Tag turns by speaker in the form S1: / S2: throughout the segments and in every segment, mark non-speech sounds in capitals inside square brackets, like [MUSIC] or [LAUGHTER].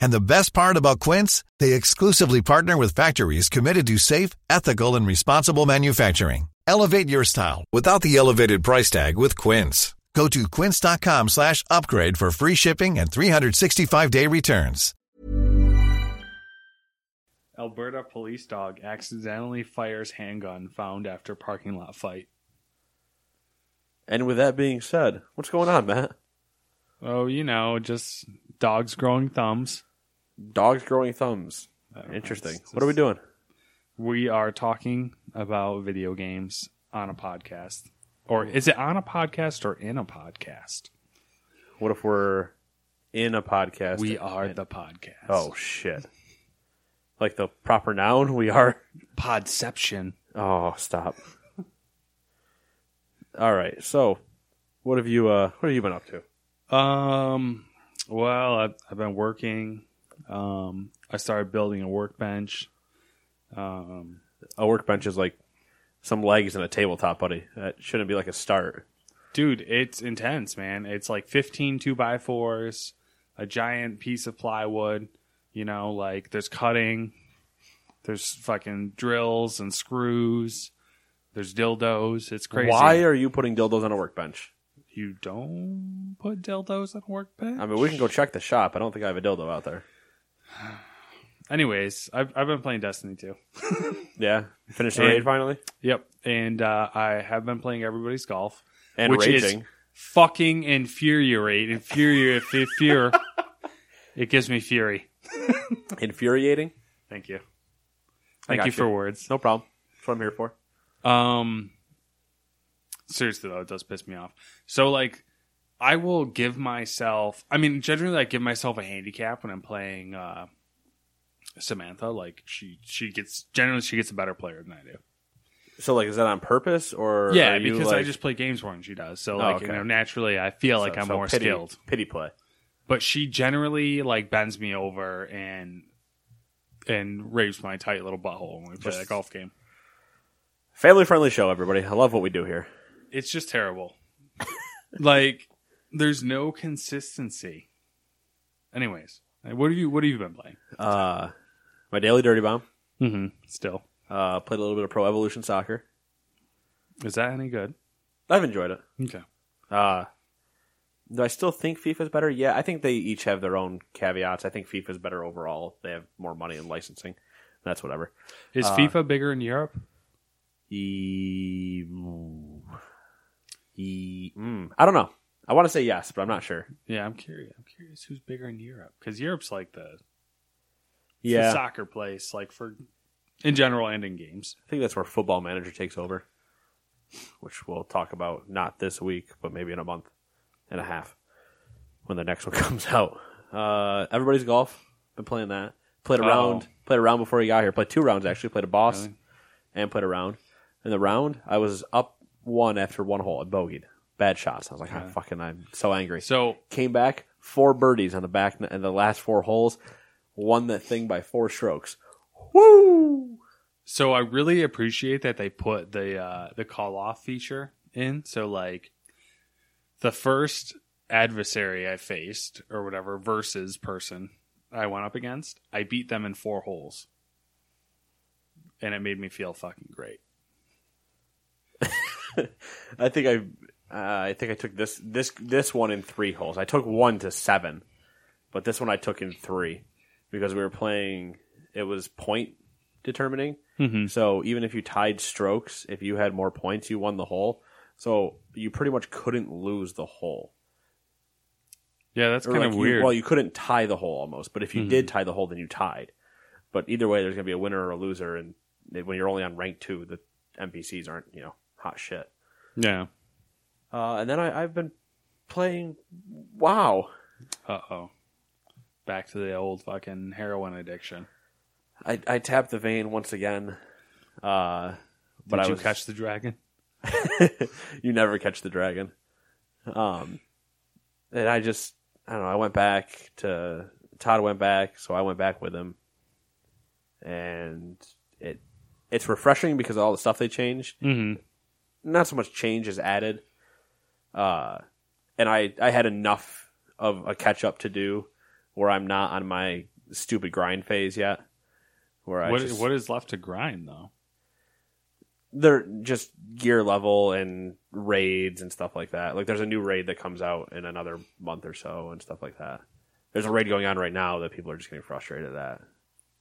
S1: And the best part about Quince, they exclusively partner with factories committed to safe, ethical, and responsible manufacturing. Elevate your style without the elevated price tag with Quince. Go to quince.com slash upgrade for free shipping and 365-day returns.
S2: Alberta police dog accidentally fires handgun found after parking lot fight.
S3: And with that being said, what's going on, Matt?
S2: Oh, you know, just dogs growing thumbs.
S3: Dogs growing thumbs.
S2: don't know,
S3: Interesting.
S2: it's
S3: What are we
S2: just-
S3: doing?
S2: We are talking about video games on a podcast. Or is it on a podcast or in a podcast?
S3: What if we're in a podcast?
S2: We are the podcast.
S3: Oh shit! Like the proper noun, we are.
S2: podception.
S3: Oh, stop. All right. So, what have you? Uh, what have you been up to?
S2: Um, well, I've, I've been working. Um, I started building a workbench. Um,
S3: A workbench is like some legs and a tabletop, buddy. That shouldn't be like a start.
S2: dude, it's intense, man. It's like 15 two by fours, a giant piece of plywood. You know, like there's cutting, there's fucking drills and screws, there's dildos. It's crazy.
S3: Why are you putting dildos on a workbench?
S2: you don't put dildos on a workbench?
S3: I mean, we can go check the shop. I don't think I have a dildo out there.
S2: Anyways, I've I've been playing Destiny too.
S3: Yeah, finish the
S2: And-
S3: raid finally.
S2: Yep, and uh, I have been playing Everybody's Golf.
S3: And
S2: Which is-
S3: raging.
S2: fucking infuriate,
S3: [LAUGHS]
S2: infuriate, fear. It gives me fury.
S3: infuriating.
S2: Thank you.
S3: I
S2: Thank
S3: got
S2: you for
S3: you.
S2: words.
S3: No problem. That's what I'm here for.
S2: Um, seriously though, it does piss me off. So like, I will give myself. I mean, generally, I give myself a handicap when I'm playing uh, Samantha. Like she she gets generally she gets a better player than I do.
S3: So, like, is that on purpose or?
S2: yeah,
S3: are you,
S2: because I
S3: like- Oh,
S2: just play games more than she does. So like, you
S3: okay.
S2: know, naturally, I feel like
S3: so-
S2: I'm
S3: so
S2: more
S3: pity-
S2: skilled.
S3: Pity play.
S2: but she generally like bends me over and and rapes my tight little butthole when we play
S3: Just-
S2: that golf game.
S3: Family friendly show, everybody. I love what we do here.
S2: It's just terrible. like there's no consistency. Anyways, what have you what have you been playing?
S3: Uh, my daily dirty bomb.
S2: Mm-hmm. Still,
S3: Uh, played a little bit of Pro Evolution Soccer.
S2: is that any good?
S3: I've enjoyed it.
S2: Okay.
S3: Uh, do I still think FIFA's better? Yeah, I think they each have their own caveats. I think FIFA's better overall. They have more money and licensing. That's whatever.
S2: Is
S3: Uh,
S2: FIFA bigger in Europe?
S3: E- mm. E- mm. I don't know. I want to say yes, but I'm not sure.
S2: Yeah, I'm curious. I'm curious who's bigger in Europe because Europe's like the, the
S3: Yeah,
S2: soccer place, like for in general and in games.
S3: I think that's where Football Manager takes over, which we'll talk about not this week, but maybe in a month and a half when the next one [LAUGHS] comes out. Uh, everybody's golf. Been playing that. Played a
S2: Oh.
S3: round. Played a round before he got here. Played two rounds actually. Played a boss
S2: Really?
S3: and played a round. In the round, I was up one after one hole. I bogeyed. Bad shots. I was like, "Ah, fucking, I'm so angry.
S2: So
S3: Came back four birdies on the back in the last four holes. Won that thing by four strokes. Woo!
S2: So I really appreciate that they put the uh, the call off feature in. So like the first adversary I faced or whatever versus person I went up against, I beat them in four holes, and it made me feel fucking great.
S3: I think I, uh, I think I took this this this one in three holes. I took one to seven, but this one I took in three because we were playing. It was point determining.
S2: Mhm.
S3: So even if you tied strokes, if you had more points, you won the hole. So you pretty much couldn't lose the hole.
S2: Yeah, that's
S3: Or,
S2: kind
S3: like,
S2: of
S3: you-
S2: weird.
S3: well, you couldn't tie the hole almost, but if you did tie the hole, then you tied. But either way, there's going to be a winner or a loser, and they- when you're only on rank two, the NPCs aren't you know hot shit.
S2: yeah.
S3: Uh, and then I, I've been playing WoW.
S2: Uh oh. Back to the old fucking heroin addiction.
S3: I, I tapped the vein once again. Uh,
S2: Did
S3: but I
S2: you
S3: was, [LAUGHS]
S2: catch the dragon?
S3: you never catch the dragon. Um, and I just, I don't know. I went back to Todd went back, so I went back with him, and it it's refreshing because of all the stuff they changed.
S2: Mm-hmm.
S3: Not so much change is added. Uh, and I I had enough of a catch up to do where I'm not on my stupid grind phase yet. Where I
S2: What
S3: just,
S2: what is left to grind though?
S3: they're just gear level and raids and stuff like that. Like there's a new raid that comes out in another month or so and stuff like that. There's a raid going on right now that people are just getting frustrated at.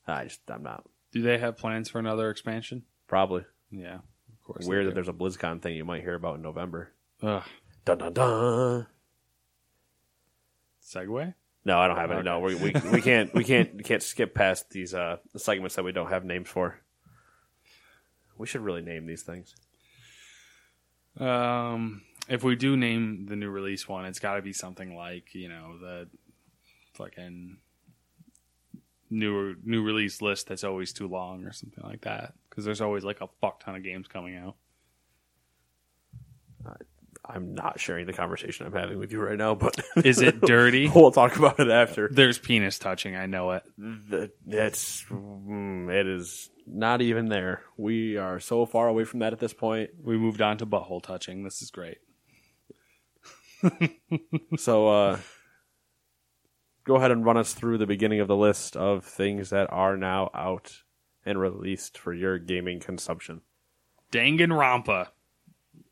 S3: I just I'm not
S2: Do they have plans for another expansion?
S3: probably
S2: Yeah, of course. they
S3: weird
S2: do.
S3: that there's a BlizzCon thing you might hear about in November.
S2: Ugh.
S3: Dun dun dun.
S2: Segue.
S3: No, I don't have any.
S2: Okay.
S3: No, we, we we can't we can't [LAUGHS] we can't skip past these uh segments that we don't have names for. We should really name these things.
S2: Um, if we do name the new release one, it's got to be something like you know the fucking new new release list that's always too long or something like that. Because there's always like a fuck ton of games coming out.
S3: I'm not sharing the conversation I'm having with you right now, [LAUGHS] but
S2: Is it dirty?
S3: we'll talk about it after.
S2: there's penis touching. I know it.
S3: Th- That's mm, it is not even there. We are so far away from that at this point.
S2: We moved on to butthole touching. This is great.
S3: So uh go ahead and run us through the beginning of the list of things that are now out and released for your gaming consumption.
S2: Danganronpa.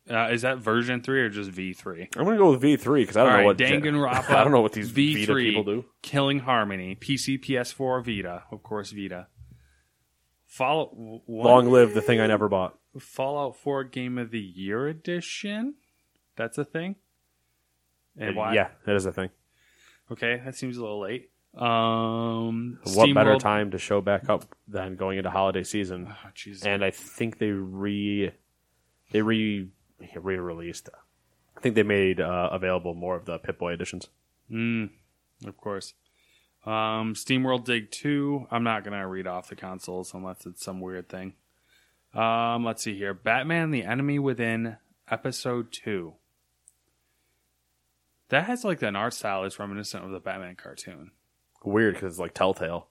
S2: Uh, is that version three or just V three?
S3: I'm gonna go with V3 because I don't
S2: All
S3: know
S2: right,
S3: what
S2: Danganronpa.
S3: [LAUGHS] I don't know what these
S2: V3
S3: Vita people do.
S2: Killing Harmony, PC, PS4, Vita, of course, Vita. Fallout w- one-
S3: Long live the thing I never bought.
S2: Fallout Four Game of the Year edition. That's a thing. And why?
S3: Uh, Yeah, that is a thing.
S2: Okay, that seems a little late. Um,
S3: What better
S2: Steamworld-
S3: time to show back up than going into
S2: [SIGHS]
S3: holiday season?
S2: Oh, Jesus.
S3: and I think they re they re re released. I think they made uh, available more of the Pip Boy editions.
S2: Mm, of course. Um, SteamWorld Dig 2. I'm not going to read off the consoles unless it's some weird thing. Um, let's see here. Batman the Enemy Within Episode 2. That has like an art style that's reminiscent of the Batman cartoon.
S3: Weird because it's like Telltale.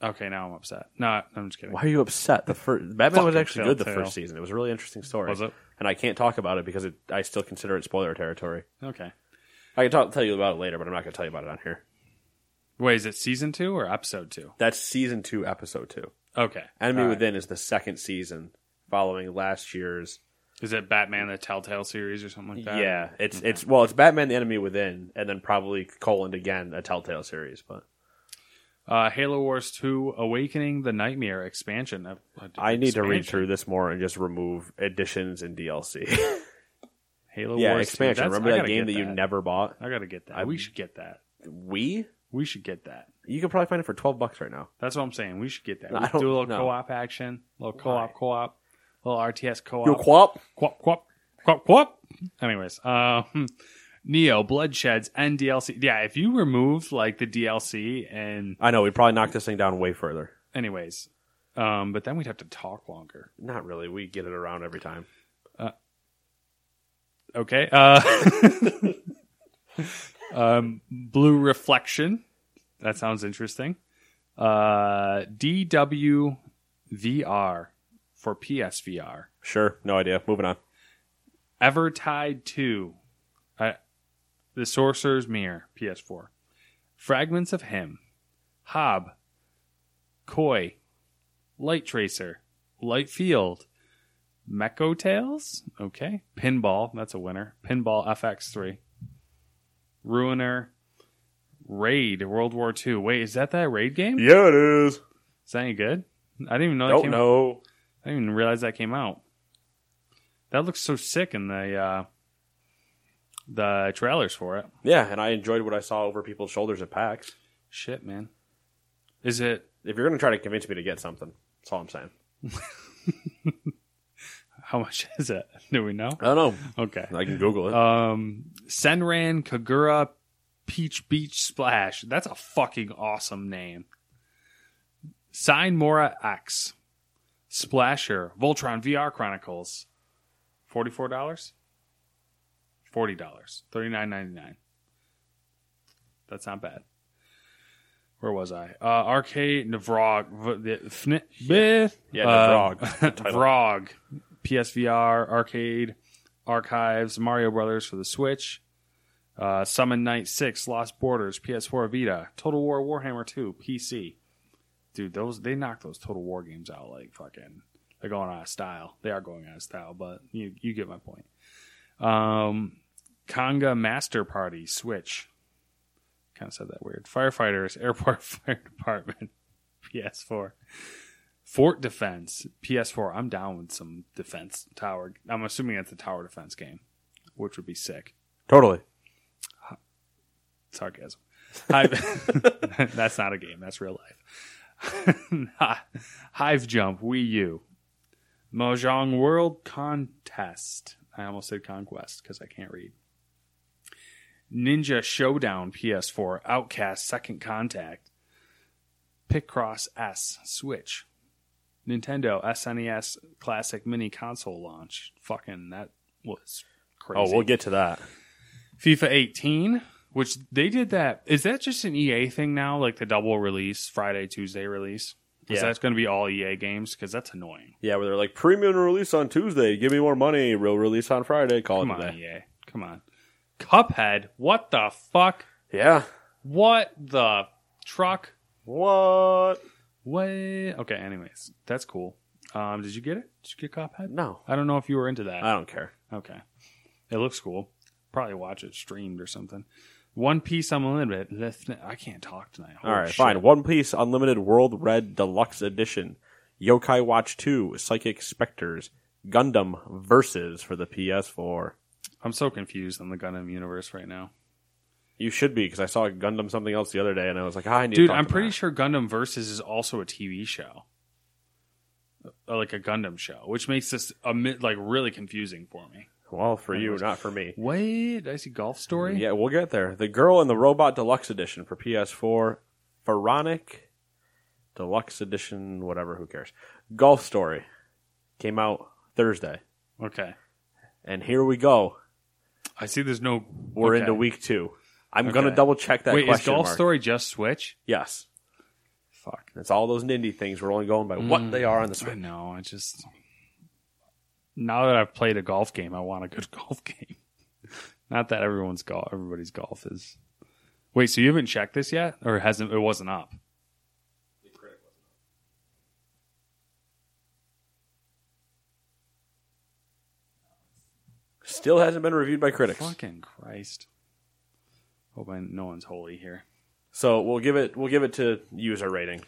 S2: Okay, now I'm upset. No, I'm just kidding.
S3: Why are you upset? The first Batman was
S2: Fucking
S3: actually good the
S2: Telltale.
S3: first season. It was a really interesting story.
S2: Was it?
S3: And I can't talk about it because it, I still consider it spoiler territory.
S2: Okay.
S3: I can talk, tell you about it later, but I'm not going to tell you about it on here.
S2: Wait, is it season 2 or episode 2?
S3: That's season two, episode two.
S2: Okay.
S3: Enemy
S2: All right.
S3: Within is the second season following last year's
S2: Is it Batman the Telltale series or something like that?
S3: Yeah, it's it's well, it's Batman: The Enemy Within, and then probably colon again a Telltale series. But
S2: Uh, Halo Wars 2 Awakening the Nightmare expansion. Uh,
S3: I need to read
S2: expansion.
S3: through this more and just remove additions and [LAUGHS] DLC.
S2: Halo
S3: yeah,
S2: Wars
S3: expansion.
S2: 2. That's-
S3: Remember
S2: I
S3: that
S2: gotta
S3: game that
S2: get
S3: you never bought?
S2: I gotta get that. we should get that.
S3: We?
S2: We should get that.
S3: You can probably find it for twelve bucks right now.
S2: That's what I'm saying. We should get that.
S3: No,
S2: we
S3: I
S2: should do a
S3: don't-
S2: little
S3: no.
S2: co-op action, little co-op, co-op, little RTS co-op.
S3: Yo, Quap.
S2: Quap quap quap quap. Anyways, um, Neo Bloodsheds and DLC. Yeah, if you remove like the DLC and
S3: I know we probably knocked this thing down way further.
S2: anyways, um, but then we'd have to talk longer.
S3: Not really. We get it around every time.
S2: Okay. Uh, [LAUGHS] um, Blue Reflection. That sounds interesting. Uh, DWVR for PSVR.
S3: Sure, no idea. Moving on.
S2: Evertide 2. Uh, the Sorcerer's Mirror, PS4. Fragments of Him. Hob. Koi. Light Tracer. Light Field. Mecho Tales. Okay. Pinball. That's a winner. Pinball FX3. Ruiner. Raid. World War II. Wait, is that that Raid game?
S3: Yeah, it is.
S2: Is that any good? I didn't even know that
S3: Don't
S2: came
S3: know.
S2: I didn't even realize that came out. That looks so sick in the uh, the trailers for it.
S3: Yeah, and I enjoyed what I saw over people's shoulders at PAX.
S2: Shit, man. Is it?
S3: If you're going to try to convince me to get something, that's all I'm saying.
S2: How much [LAUGHS] is it? Do we know?
S3: I don't
S2: Okay.
S3: know. I can Google it.
S2: Um, Senran Kagura Peach Beach Splash. That's a fucking awesome name. Signmora X. Splasher. Voltron VR Chronicles. $44? $40. $39.99. That's not bad. Where was I? Uh, arcade Navrog. v- the- fn- bleh.
S3: Yeah,
S2: Uh, [LAUGHS]
S3: Navrog. Title.
S2: Vrog. PSVR, Arcade, Archives, Mario Brothers for the Switch, uh, Summon Night 6, Lost Borders, PS4 Vita, Total War Warhammer 2, PC. Dude, those they knocked those Total War games out like fucking. They're going out of style. They are going out of style, but you you get my point. Um, Conga Master Party Switch. Kind of said that weird. Firefighters, [LAUGHS] Airport Fire Department, PS4. Fort Defense, PS4. I'm down with some defense tower. I'm assuming that's a tower defense game, which would be sick.
S3: Totally.
S2: Sarcasm. Hive- [LAUGHS] that's not a game. That's real life. [LAUGHS] Hive Jump, Wii U. Mojang World Contest. I almost said Conquest because I can't read. Ninja Showdown PS4, Outcast Second Contact, Picross S Switch, Nintendo SNES Classic Mini Console launch. Fucking that was crazy.
S3: Oh, we'll get to that.
S2: FIFA 18, which they did that. Is that just an EA thing now? Like the double release, Friday, Tuesday release? Is
S3: Yeah.
S2: that's going to be all EA games? Because that's annoying.
S3: Yeah, where they're like premium release on Tuesday, give me more money. Real release on Friday, call
S2: Come
S3: it a
S2: on,
S3: day.
S2: EA. Come on. Cuphead, what the fuck?
S3: Yeah.
S2: What the truck?
S3: What?
S2: What? Okay, anyways, that's cool. Um, did you get it? Did you get Cuphead?
S3: No,
S2: I don't know if you were into that.
S3: I don't care.
S2: Okay. It looks cool. Probably watch it streamed or something. One Piece Unlimited. Listen- I can't talk tonight.
S3: All
S2: Holy
S3: right,
S2: shit.
S3: fine. One Piece Unlimited World Red Deluxe Edition, Yokai Watch 2, Psychic Specters, Gundam Versus for the PS4.
S2: I'm so confused on the Gundam universe right now.
S3: You should be because I saw Gundam something else the other day, and I was like, "Ah, I need. to
S2: Dude,
S3: talk
S2: I'm
S3: to
S2: pretty
S3: Matt.
S2: sure Gundam Versus is also a TV show. Uh, Like a Gundam show, which makes this a mi- like really confusing for me.
S3: Well, for you, not for me.
S2: Wait, did I see Golf Story?
S3: Yeah, we'll get there. The Girl and the Robot Deluxe Edition for PS4, Pharaonic Deluxe Edition, whatever. Who cares? Golf Story came out Thursday,
S2: Okay.
S3: and here we go.
S2: I see there's no.
S3: We're
S2: okay.
S3: into week two. I'm gonna
S2: Okay.
S3: double check that
S2: Wait, is
S3: question
S2: Golf
S3: mark.
S2: Story just Switch?
S3: Yes.
S2: Fuck.
S3: It's all those nindy things. We're only going by
S2: Mm.
S3: what they are on
S2: I
S3: the Switch.
S2: know. I just. Now that I've played a golf game, I want a good [LAUGHS] golf game. Not that everyone's golf, everybody's golf is. Wait, so you haven't checked this yet, or it hasn't? It wasn't up.
S3: Still hasn't been reviewed by critics.
S2: Fucking Christ. Hope I, no one's holy here.
S3: So we'll give it we'll give it to user rating.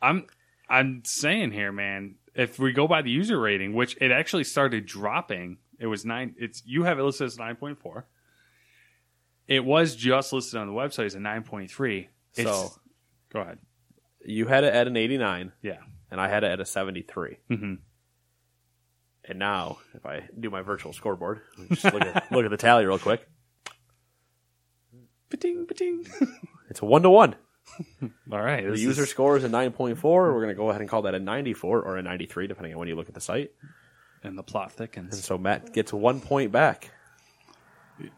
S2: I'm I'm saying here, man, if we go by the user rating, which it actually started dropping, it was nine it's you have it listed as nine point four. It was just listed on the website as a nine point three.
S3: So-
S2: go ahead.
S3: You had it at an eighty nine
S2: Yeah.
S3: and I had it at a seventy three.
S2: hmm
S3: And now if I do my virtual scoreboard, just look at [LAUGHS] look at the tally real quick.
S2: Ba-ding, ba-ding.
S3: It's a one to one.
S2: [LAUGHS] All right.
S3: The
S2: this
S3: user
S2: is-
S3: score is a nine point four. We're gonna go ahead and call that a ninety four or a ninety three, depending on when you look at the site.
S2: and the plot
S3: And
S2: thickens.
S3: so Matt gets one point back.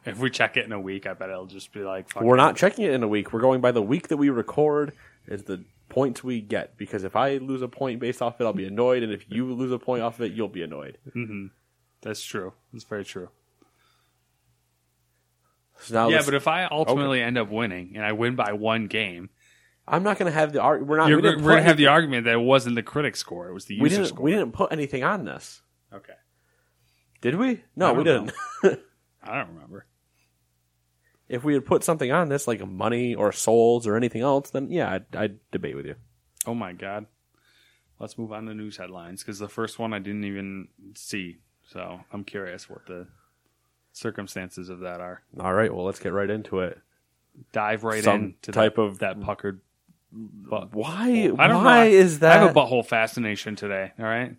S2: If we check it in a week, I bet it'll just be like fuck
S3: We're not checking it in a week. We're going by the week that we record is the points we get. Because if I lose a point based off it, I'll be annoyed, and if you lose a point off it, you'll be annoyed.
S2: that's true. That's very true.
S3: So now,
S2: yeah,
S3: let's-
S2: but if I ultimately end up winning and I win by one game,
S3: I'm not going to have the art. We're not.
S2: You're,
S3: we
S2: we're
S3: didn't
S2: going
S3: put
S2: to have the argument that it wasn't the critic score; it was the
S3: we
S2: user
S3: didn't.
S2: score.
S3: We didn't put anything on this,
S2: Okay,
S3: did we?
S2: I
S3: No,
S2: don't
S3: we didn't.
S2: I don't remember.
S3: [LAUGHS] if we had put something on this, like money or souls or anything else, then yeah, I'd, I'd debate with you.
S2: Oh my god! Let's move on to news headlines because the first one I didn't even see, so I'm curious what the circumstances of that are.
S3: All right, well, let's get right into it.
S2: Dive right
S3: Some
S2: into
S3: type
S2: that,
S3: of-
S2: that puckered. But
S3: Why?
S2: I don't know.
S3: why
S2: I-
S3: is that?
S2: I have a butthole fascination today. All right,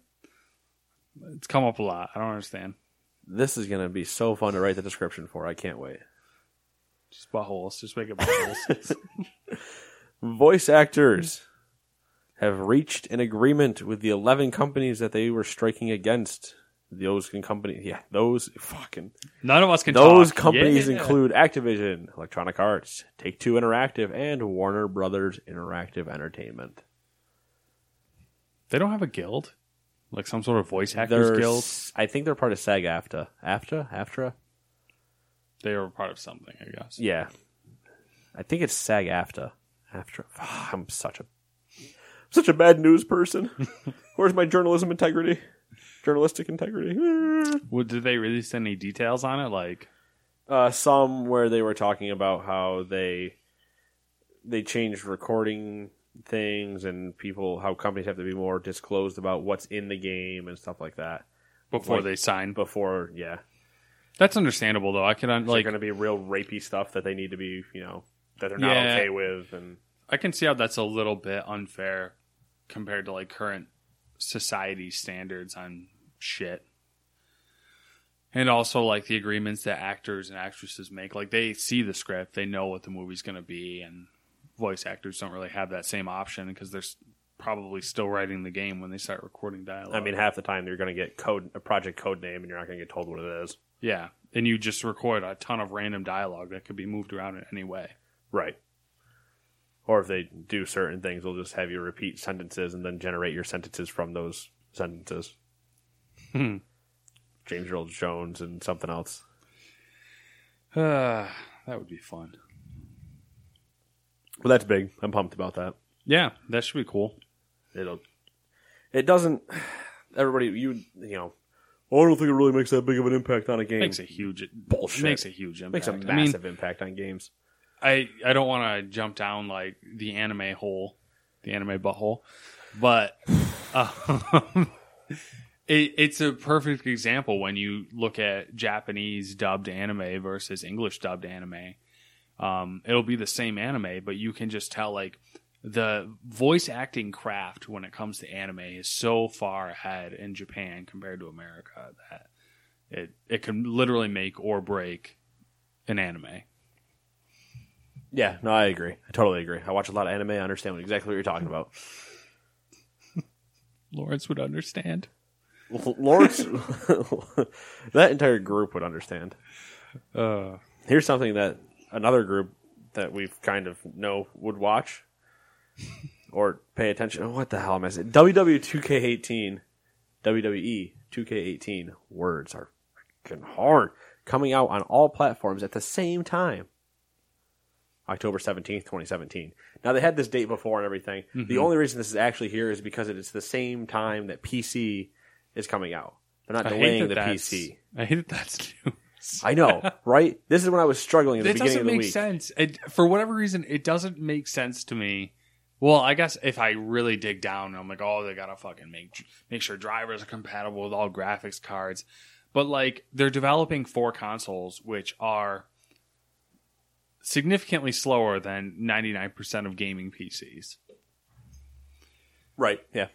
S2: it's come up a lot. I don't understand.
S3: this is going to be so fun to write the description for. I can't wait.
S2: Just buttholes. Just make it
S3: [LAUGHS]
S2: buttholes.
S3: Voice actors have reached an agreement with the 11 companies that they were striking against. Those can company, yeah, those fucking
S2: None of us can.
S3: those
S2: talk.
S3: companies
S2: Yeah.
S3: include Activision, Electronic Arts, Take Two Interactive, and Warner Brothers Interactive Entertainment.
S2: They don't have a guild, like some sort of voice actors
S3: They're
S2: guild.
S3: s- I think they're part of SAG-AFTRA. AFTRA, AFTRA.
S2: They are part of something, I guess.
S3: Yeah. I think it's SAG AFTA. After I'm such a such a bad news person. [LAUGHS] Where's my journalism integrity? Journalistic integrity.
S2: Well, did they release any details on it? Like,
S3: Uh, some where they were talking about how they they changed recording things and people how companies have to be more disclosed about what's in the game and stuff like that
S2: before
S3: Like-
S2: they sign.
S3: before yeah
S2: That's understandable, though. I can un- like
S3: like going to be real rapey stuff that they need to be you know that they're not
S2: Yeah.
S3: okay with and
S2: I can see how that's a little bit unfair compared to like current society standards on shit. And also like the agreements that actors and actresses make. Like they see the script, they know what the movie's going to be and voice actors don't really have that same option because they're s- probably still writing the game when they start recording dialogue.
S3: I mean, half the time you're going to get code a project code name, and you're not going to get told what it is.
S2: yeah, and you just record a ton of random dialogue that could be moved around in any way.
S3: Right. Or if they do certain things, they'll just have you repeat sentences and then generate your sentences from those sentences.
S2: Hmm.
S3: James Earl Jones and something else.
S2: Ah, [SIGHS] that would be fun.
S3: Well, that's big. I'm pumped about that.
S2: Yeah, that should be cool.
S3: It'll. It doesn't. Everybody, you you know. "Oh, I don't think it really makes that big of an impact on a game.
S2: Makes a huge
S3: Bullshit.
S2: Makes a huge impact.
S3: Makes a
S2: I mean,
S3: massive impact on games.
S2: I, I don't want to jump down like the anime hole, the anime butthole, but um, [LAUGHS] it, it's a perfect example when you look at Japanese dubbed anime versus English dubbed anime. Um, it'll be the same anime, but you can just tell like the voice acting craft when it comes to anime is so far ahead in Japan compared to America that it it can literally make or break an anime.
S3: Yeah, no, I agree. I totally agree. I watch a lot of anime. I understand what- exactly what you're talking about.
S2: Lawrence would understand.
S3: Lawrence, [LAUGHS] that entire group would understand.
S2: Uh,
S3: Here's something that another group that we kind of know
S2: [LAUGHS]
S3: would watch or pay attention. Oh, what the hell am I saying? WW2K18, WWE 2K18 words are freaking hard. Coming out on all platforms at the same time. October 17th, 2017. Now, they had this date before and everything.
S2: Mm-hmm.
S3: The only reason this is actually here is because it's the same time that PC is coming out. They're not
S2: I hate
S3: delaying
S2: that
S3: the
S2: that's-
S3: PC.
S2: I hate that that's [LAUGHS] new.
S3: I know,
S2: [LAUGHS]
S3: right? This is when I was struggling at the
S2: It
S3: beginning
S2: doesn't
S3: of the
S2: make
S3: week.
S2: sense. It, for whatever reason, it doesn't make sense to me. Well, I guess if I really dig down, I'm like, oh, they gotta fucking make make sure drivers are compatible with all graphics cards. But like, they're developing four consoles, which are significantly slower than 99% of gaming PCs.
S3: Right? Yeah.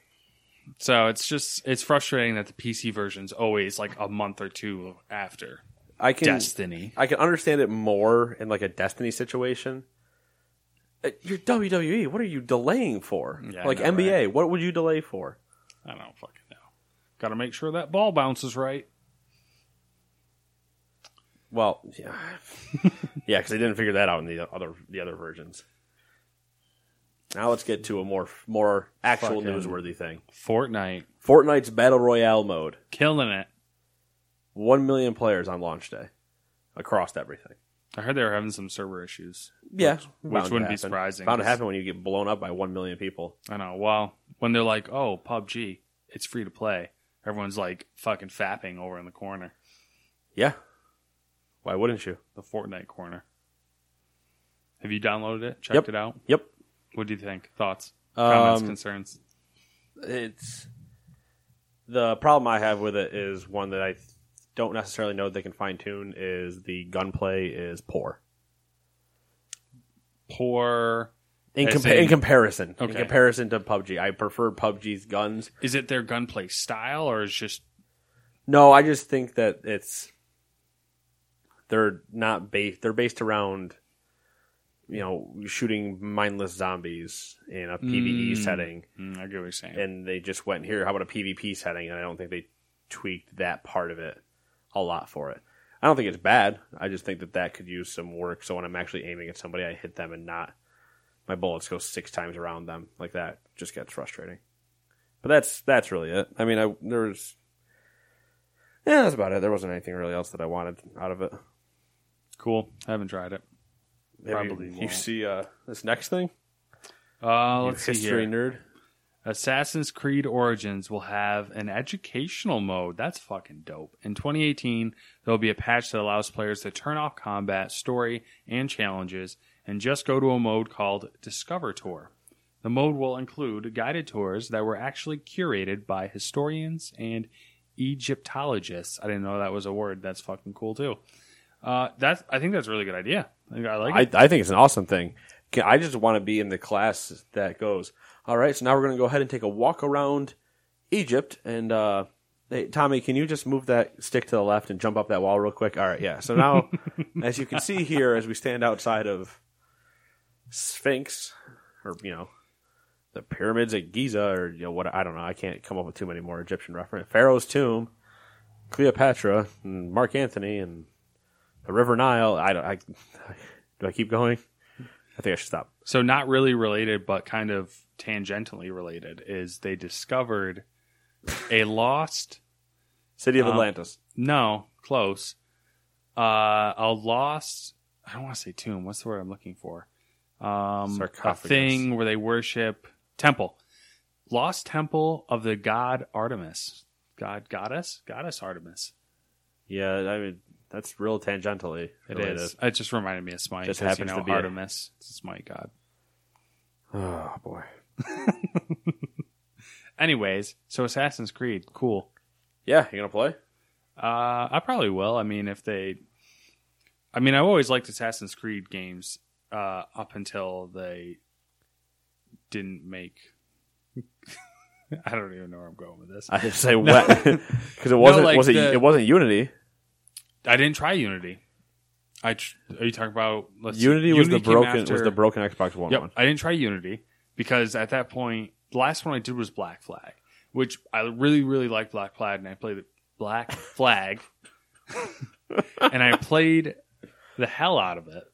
S2: So it's just it's frustrating that the PC version's always like a month or two after
S3: I can
S2: Destiny.
S3: I can understand it more in like a Destiny situation. Uh, You're WWE. What are you delaying for?
S2: Mm, Yeah, I
S3: like
S2: know,
S3: NBA. What would you delay for?
S2: I don't fucking know. Got to make sure that ball bounces right.
S3: Well, yeah,
S2: [LAUGHS]
S3: yeah, because they didn't figure that out in the other the other versions. Now let's get to a more more actual
S2: Fucking-
S3: newsworthy thing.
S2: Fortnite
S3: Fortnite's battle royale mode.
S2: killing it.
S3: One million players on launch day across everything.
S2: I heard they were having some server issues.
S3: Yeah,
S2: which
S3: bound to
S2: wouldn't be
S3: happen.
S2: surprising,
S3: Bound to
S2: 'cause-
S3: happen when you get blown up by one million people.
S2: I know. Well, when they're like, "Oh, PUBG, it's free to play," everyone's like fucking fapping over in the corner,
S3: Yeah. Why wouldn't you?
S2: the Fortnite corner. Have you downloaded it? Checked
S3: Yep.
S2: it out?
S3: Yep.
S2: What do you think? Thoughts, comments,
S3: Um,
S2: concerns?
S3: It's the problem I have with it is one that I don't necessarily know they can fine tune is the gunplay is poor.
S2: Poor.
S3: In,
S2: I
S3: compa-
S2: see.
S3: in comparison,
S2: Okay.
S3: in comparison to PUBG, I prefer PUBG's guns.
S2: Is it their gunplay style or is just
S3: No, I just think that it's they're not based. They're based around you know shooting mindless zombies in a PVE
S2: Mm.
S3: setting,
S2: Mm, I get what you're saying.
S3: and they just went here. How about a PvP setting? And I don't think they tweaked that part of it a lot for it. I don't think it's bad. I just think that that could use some work. So when I'm actually aiming at somebody, I hit them and not my bullets go six times around them like that. Just gets frustrating. But that's that's really it. I mean, I there's yeah, that's about it. There wasn't anything really else that I wanted out of it.
S2: cool. I haven't tried it.
S3: Maybe
S2: Probably
S3: you,
S2: won't.
S3: see uh, this next thing.
S2: Uh,
S3: You
S2: let's see
S3: history
S2: here.
S3: nerd.
S2: Assassin's Creed Origins will have an educational mode. That's fucking dope. In 2018, there will be a patch that allows players to turn off combat, story, and challenges and just go to a mode called Discover Tour. The mode will include guided tours that were actually curated by historians and Egyptologists. I didn't know that was a word. That's fucking cool too. Uh, that's I think that's a really good idea. I think I like it.
S3: I, I think it's an awesome thing. Can- I just want to be in the class that goes, all right, so now we're going to go ahead and take a walk around Egypt. And uh, hey, Tommy, can you just move that stick to the left and jump up that wall real quick? All right, yeah.
S2: [LAUGHS]
S3: So now, as you can see here, as we stand outside of Sphinx, or, you know, the pyramids at Giza, or, you know, what, I don't know. I can't come up with too many more Egyptian references. Pharaoh's tomb, Cleopatra, and Mark Anthony, and the River Nile. I don't, I, do I keep going? I think I should stop.
S2: So not really related, but kind of tangentially related is they discovered a lost
S3: City of
S2: Um,
S3: Atlantis.
S2: no close uh, a lost I don't want to say tomb. What's the word I'm looking for? Um, a
S3: Sarcophagus.
S2: thing where they worship temple, lost temple of the god Artemis, god goddess goddess Artemis.
S3: Yeah, I mean that's real tangentially.
S2: It is. It just reminded me of Smite.
S3: Just
S2: 'cause,
S3: happens
S2: you
S3: to
S2: know,
S3: be a-
S2: Artemis. It's my god.
S3: Oh boy.
S2: Anyways, so Assassin's Creed, cool.
S3: Yeah, you gonna play?
S2: Uh, I probably will. I mean, if they, I mean, I've always liked Assassin's Creed games uh, up until they didn't make. [LAUGHS] I don't even know where I'm going with this. I,
S3: I
S2: [LAUGHS]
S3: just say what because it wasn't
S2: like
S3: was it
S2: the-
S3: it wasn't Unity.
S2: didn't try Unity. I tr- are you talking about let's see,
S3: Unity was the
S2: came
S3: broken was
S2: after-
S3: the broken Xbox One
S2: Yep,
S3: one.
S2: I didn't try Unity because at that point, the last one I did was Black Flag, which I really, really liked Black Flag, and I played it- [LAUGHS] Black Flag, and I played the hell out of it.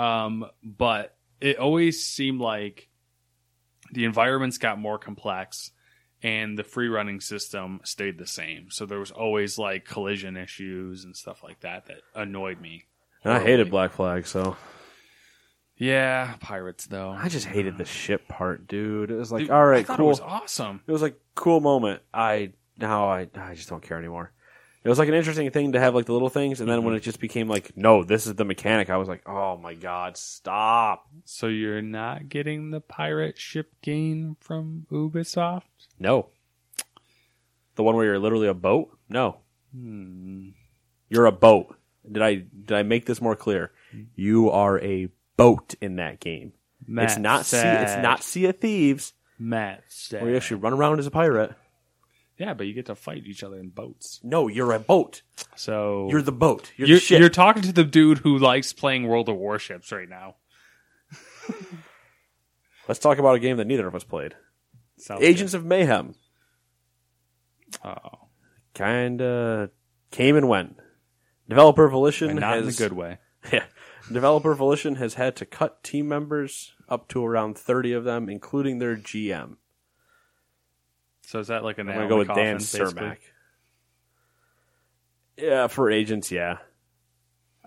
S2: Um, but it always seemed like the environments got more complex, and the free running system stayed the same. So there was always like collision issues and stuff like that that annoyed me.
S3: And I hated
S2: horribly.
S3: Black Flag, so
S2: Yeah, pirates though.
S3: I just hated the ship part, dude. It was like,
S2: Dude,
S3: all right,
S2: I thought
S3: cool.
S2: It was awesome.
S3: it was like cool moment. I now I I just don't care anymore. It was like an interesting thing to have like the little things, and then
S2: Mm-hmm.
S3: when it just became like, no, this is the mechanic. I was like, oh my god, stop.
S2: So you're not getting the pirate ship game from Ubisoft?
S3: No, the one where you're literally a boat. No,
S2: Hmm.
S3: you're a boat. Did I did I make this more clear? You are a boat in that game.
S2: Matt
S3: it's not sea,
S2: said.
S3: it's not Sea of Thieves
S2: Matt said.
S3: where you actually run around as a pirate.
S2: yeah, but you get to fight each other in boats.
S3: No, you're a boat.
S2: So
S3: You're the boat. You're,
S2: you're,
S3: the ship.
S2: you're talking to the dude who likes playing World of Warships right now.
S3: Let's talk about a game that neither of us played.
S2: Sounds
S3: Agents of Mayhem.
S2: good. Oh,
S3: kind of came and went. Developer Volition
S2: and not
S3: has
S2: in a good way.
S3: Yeah. Developer Volition has had to cut team members up to around 30 of them, including their GM.
S2: So is that like an?
S3: I'm gonna go with Dan Cermak. Yeah, for agents, yeah.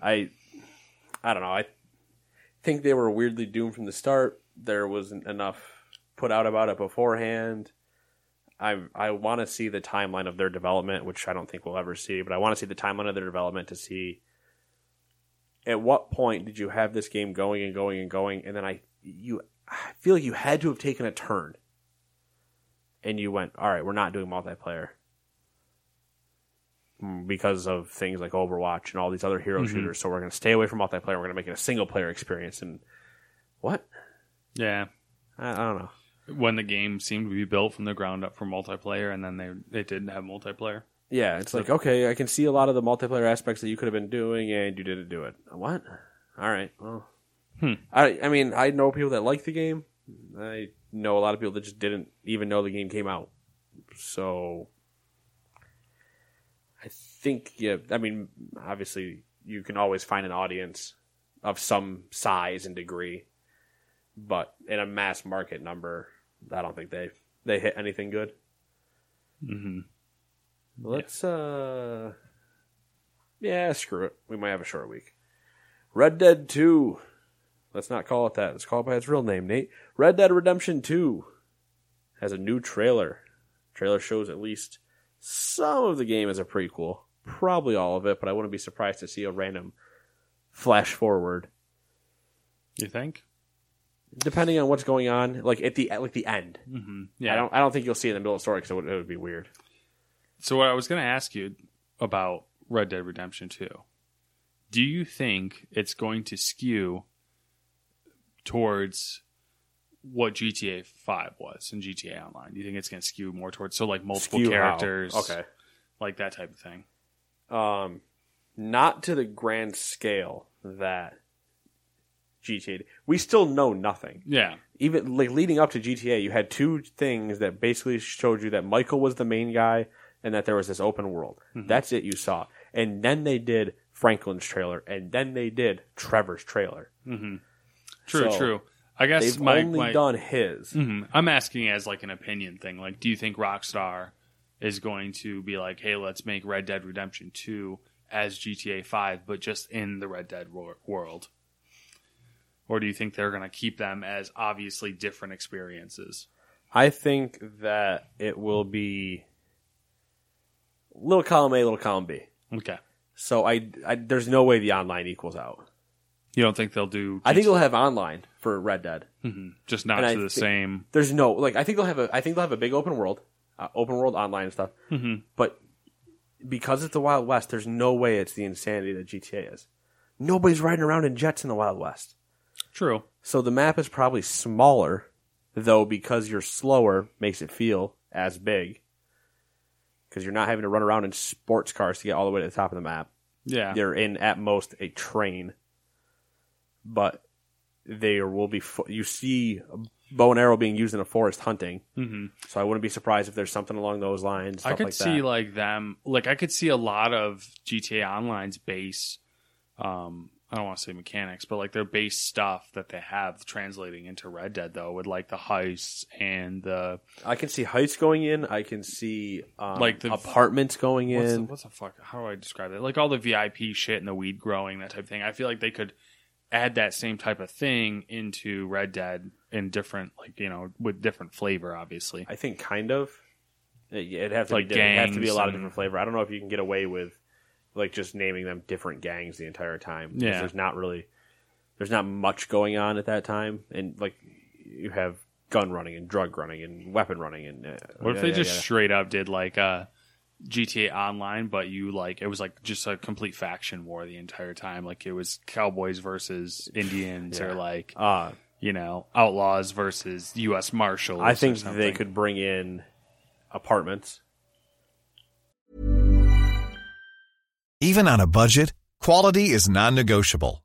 S3: I, I don't know. I think they were weirdly doomed from the start. There wasn't enough put out about it beforehand. I I want to see the timeline of their development, which I don't think we'll ever see. But I want to see the timeline of their development to see at what point did you have this game going and going and going, and then I you I feel like you had to have taken a turn and you went, all right, we're not doing multiplayer. mm, because of things like Overwatch and all these other hero shooters. So we're going to stay away from multiplayer. We're going to make it a single player experience. And what?
S2: Yeah.
S3: I, I don't know.
S2: When the game seemed to be built from the ground up for multiplayer, and then they they didn't have multiplayer.
S3: Yeah, it's like okay, I can see a lot of the multiplayer aspects that you could have been doing, and you didn't do it. What? All right. Well,
S2: Hmm.
S3: I I mean, I know people that like the game. I know a lot of people that just didn't even know the game came out. So, I think yeah. I mean, obviously, you can always find an audience of some size and degree, but in a mass market number, I don't think they they hit anything good.
S2: Mm-hmm.
S3: Let's uh Yeah, screw it. We might have a short week. Red Dead 2. Let's not call it that. Let's call it by its real name, Nate. Red Dead Redemption 2 has a new trailer. Trailer shows at least some of the game as a prequel. Probably all of it, but I wouldn't be surprised to see a random flash forward
S2: You think?
S3: depending on what's going on like at the like the end.
S2: Mm-hmm.
S3: I
S2: Yeah.
S3: don't I don't think you'll see it in the middle of the story cuz it would, it would be weird.
S2: So what I was going to ask you about Red Dead Redemption 2. Do you think it's going to skew towards what GTA 5 was in GTA Online? Do you think it's going to skew more towards so like multiple
S3: Skew how.
S2: characters,
S3: Okay.
S2: like that type of thing?
S3: um, not to the grand scale that GTA. did. We still know nothing.
S2: Yeah.
S3: Even like leading up to GTA, you had two things that basically showed you that Michael was the main guy and that there was this open world. That's it you saw. And then they did Franklin's trailer, and then they did Trevor's trailer.
S2: Mm-hmm. True,
S3: So,
S2: true. I guess
S3: They've
S2: my,
S3: only
S2: my-
S3: done his.
S2: Mhm. I'm asking as like an opinion thing. Like, do you think Rockstar is going to be like, hey, let's make Red Dead Redemption 2 as GTA 5, but just in the Red Dead wor- world? Or do you think they're going to keep them as obviously different experiences?
S3: I think that it will be little column A, little column B.
S2: Okay.
S3: So I, I there's no way the online equals out.
S2: You don't think they'll do
S3: I think they'll have online for Red Dead.
S2: Mhm. just not
S3: and
S2: to
S3: I
S2: the
S3: think-
S2: same?
S3: There's no like I think they'll have a I think they'll have a big open world, uh, open world online and stuff.
S2: Mhm.
S3: But because it's the Wild West, there's no way it's the insanity that GTA is. Nobody's riding around in jets in the Wild West.
S2: True.
S3: So the map is probably smaller, though, because you're slower makes it feel as big. Because you're not having to run around in sports cars to get all the way to the top of the map
S2: Yeah.
S3: they're in at most a train, but there will be fo- you see a bow and arrow being used in a forest hunting.
S2: hmm
S3: So I wouldn't be surprised if there's something along those lines.
S2: I
S3: stuff
S2: could
S3: like
S2: see
S3: that.
S2: like them like I could see a lot of GTA Online's base um I don't want to say mechanics, but like their base stuff that they have translating into Red Dead though with like the heists and the
S3: I can see heists going in. I can see um,
S2: Like the-
S3: apartments going
S2: what's, the
S3: in.
S2: what's the fuck how do I describe it? Like all the VIP shit and the weed growing, that type of thing. I feel like they could add that same type of thing into Red Dead in different like, you know, with different flavor obviously.
S3: I think kind of. It- It'd have to
S2: Like
S3: be, different. it'd have to be a
S2: gangs
S3: lot of
S2: and-
S3: different flavor. I don't know if you can get away with like just naming them different gangs the entire time. 'cause
S2: Yeah.
S3: there's not really there's not much going on at that time, and like you have gun running and drug running and weapon running and. Uh,
S2: What if
S3: yeah,
S2: they
S3: yeah,
S2: just
S3: yeah.
S2: straight up did like uh GTA Online, but you like it was like just a complete faction war the entire time. Like it was cowboys versus Indians,
S3: Yeah.
S2: or like
S3: Uh,
S2: you know outlaws versus U.S. Marshals.
S3: I
S2: or
S3: think they
S2: something.
S3: could bring in apartments.
S1: Even on a budget, quality is non-negotiable.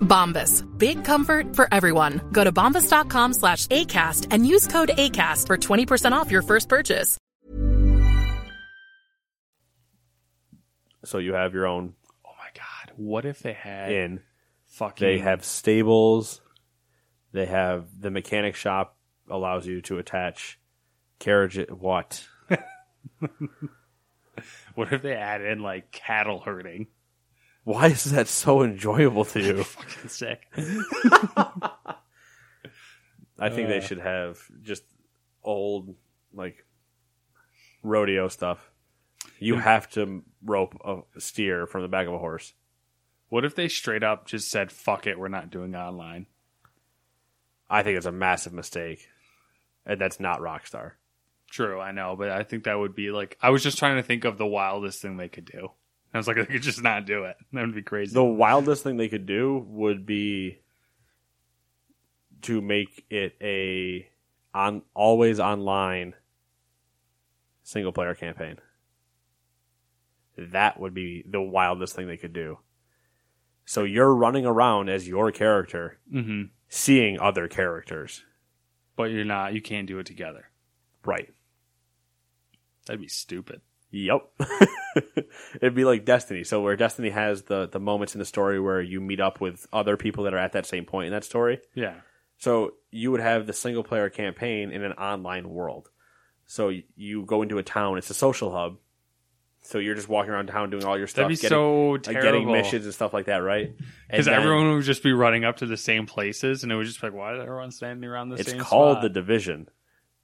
S4: Bombas. Big comfort for everyone. Go to bombas.com slash ACAST and use code ACAST for 20% off your first purchase.
S3: So you have your own
S2: Oh my god! What if they had
S3: in.
S2: fucking?
S3: They have stables. They have the mechanic shop allows you to attach carriage. What?
S2: What if they add in like cattle herding? [LAUGHS]
S3: Why is that so enjoyable to you?
S2: Fucking sick.
S3: I think they should have just old like rodeo stuff. You have to rope a steer from the back of a horse.
S2: What if they straight up just said, "Fuck it, we're not doing online."
S3: I think it's a massive mistake, and that's not Rockstar.
S2: True, I know, but I think that would be like I was just trying to think of the wildest thing they could do. I was like, [LAUGHS] they could just not do it. That would be crazy.
S3: The wildest thing they could do would be to make it a on always online single player campaign. That would be the wildest thing they could do. So you're running around as your character,
S2: hmm
S3: seeing other characters.
S2: But you're not. You can't do it together.
S3: Right.
S2: That'd be stupid.
S3: Yep. [LAUGHS] It'd be like Destiny. So where Destiny has the the moments in the story where you meet up with other people that are at that same point in that story.
S2: Yeah.
S3: So you would have the single player campaign in an online world. So y- you go into a town, it's a social hub. So you're just walking around town doing all your stuff,
S2: That'd be so
S3: like, getting
S2: terrible.
S3: missions and stuff like that, right?
S2: [LAUGHS]
S3: And
S2: Because
S3: then
S2: everyone would just be running up to the same places, and it was just like, why is everyone standing around the
S3: it's
S2: same?
S3: called
S2: spot?
S3: the division.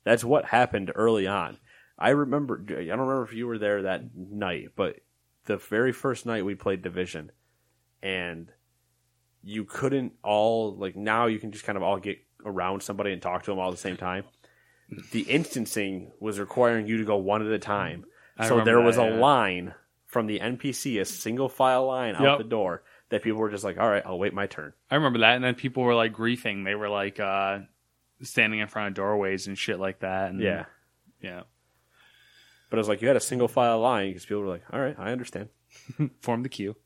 S3: That's what happened early on. I remember I don't remember if you were there that night, but the very first night we played division and you couldn't all like now you can just kind of all get around somebody and talk to them all at the same time. The instancing was requiring you to go one at a time.
S2: I
S3: so
S2: remember
S3: there
S2: that,
S3: was a
S2: yeah.
S3: line from the NPC, a single file line
S2: Yep.
S3: out the door that people were just like, "All right, I'll wait my turn."
S2: I remember that, and then people were like griefing. They were like uh, standing in front of doorways and shit like that. And
S3: Yeah.
S2: yeah.
S3: But it was like you had a single file line because people were like, "All right, I understand."
S2: Form the queue.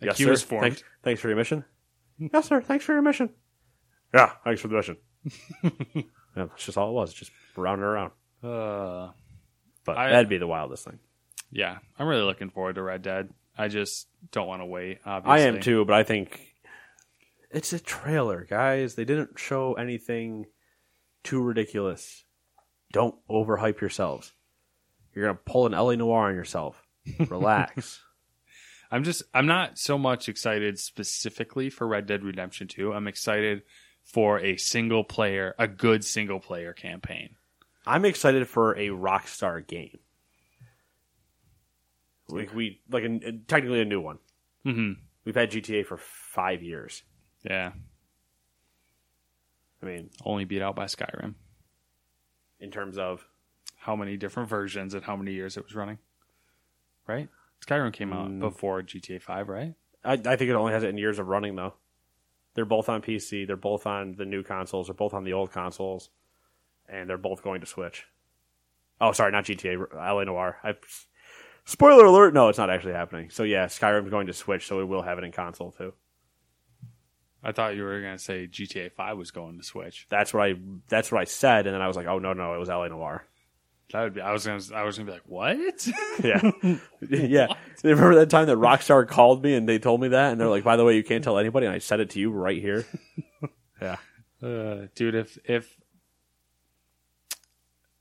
S2: The
S3: yes,
S2: queue
S3: sir.
S2: is formed.
S3: Thanks, thanks for your mission. yes, sir. Thanks for your mission. Yeah, thanks for the mission. [LAUGHS] Yeah, that's just all it was. Just rounding around.
S2: Uh,
S3: But
S2: I-
S3: that'd be the wildest thing.
S2: yeah, I'm really looking forward to Red Dead. I just don't want to wait.
S3: I
S2: Obviously,
S3: am too, but I think it's a trailer, guys. They didn't show anything too ridiculous. Don't overhype yourselves. You're gonna pull an Ellie Noir on yourself. [LAUGHS] Relax.
S2: I'm just I'm not so much excited specifically for Red Dead Redemption 2. I'm excited for a single player, a good single player campaign.
S3: I'm excited for a Rockstar game. Like we like a, technically a new one.
S2: hmm
S3: We've had GTA for five years.
S2: Yeah,
S3: I mean,
S2: only beat out by Skyrim.
S3: in terms of
S2: How many different versions and how many years it was running? Right? Skyrim came out before GTA 5, right?
S3: I, I think it only has it in years of running though. They're both on PC. They're both on the new consoles. They're both on the old consoles, and they're both going to Switch. Oh, sorry, not GTA. LA Noir. I, spoiler alert. No, it's not actually happening. So yeah, Skyrim's going to Switch, so it will have it in console too.
S2: I thought you were going to say GTA 5 was going to Switch.
S3: That's what I. That's what I said, and then I was like, oh no, no, it was LA Noir. [LAUGHS]
S2: That would be I was going to I was going to be like, "What?" [LAUGHS]
S3: Yeah. [LAUGHS] yeah. Remember that time that Rockstar called me and they told me that? And they're like, by the way, you can't tell anybody. And I said it to you right here.
S2: Uh, dude, if if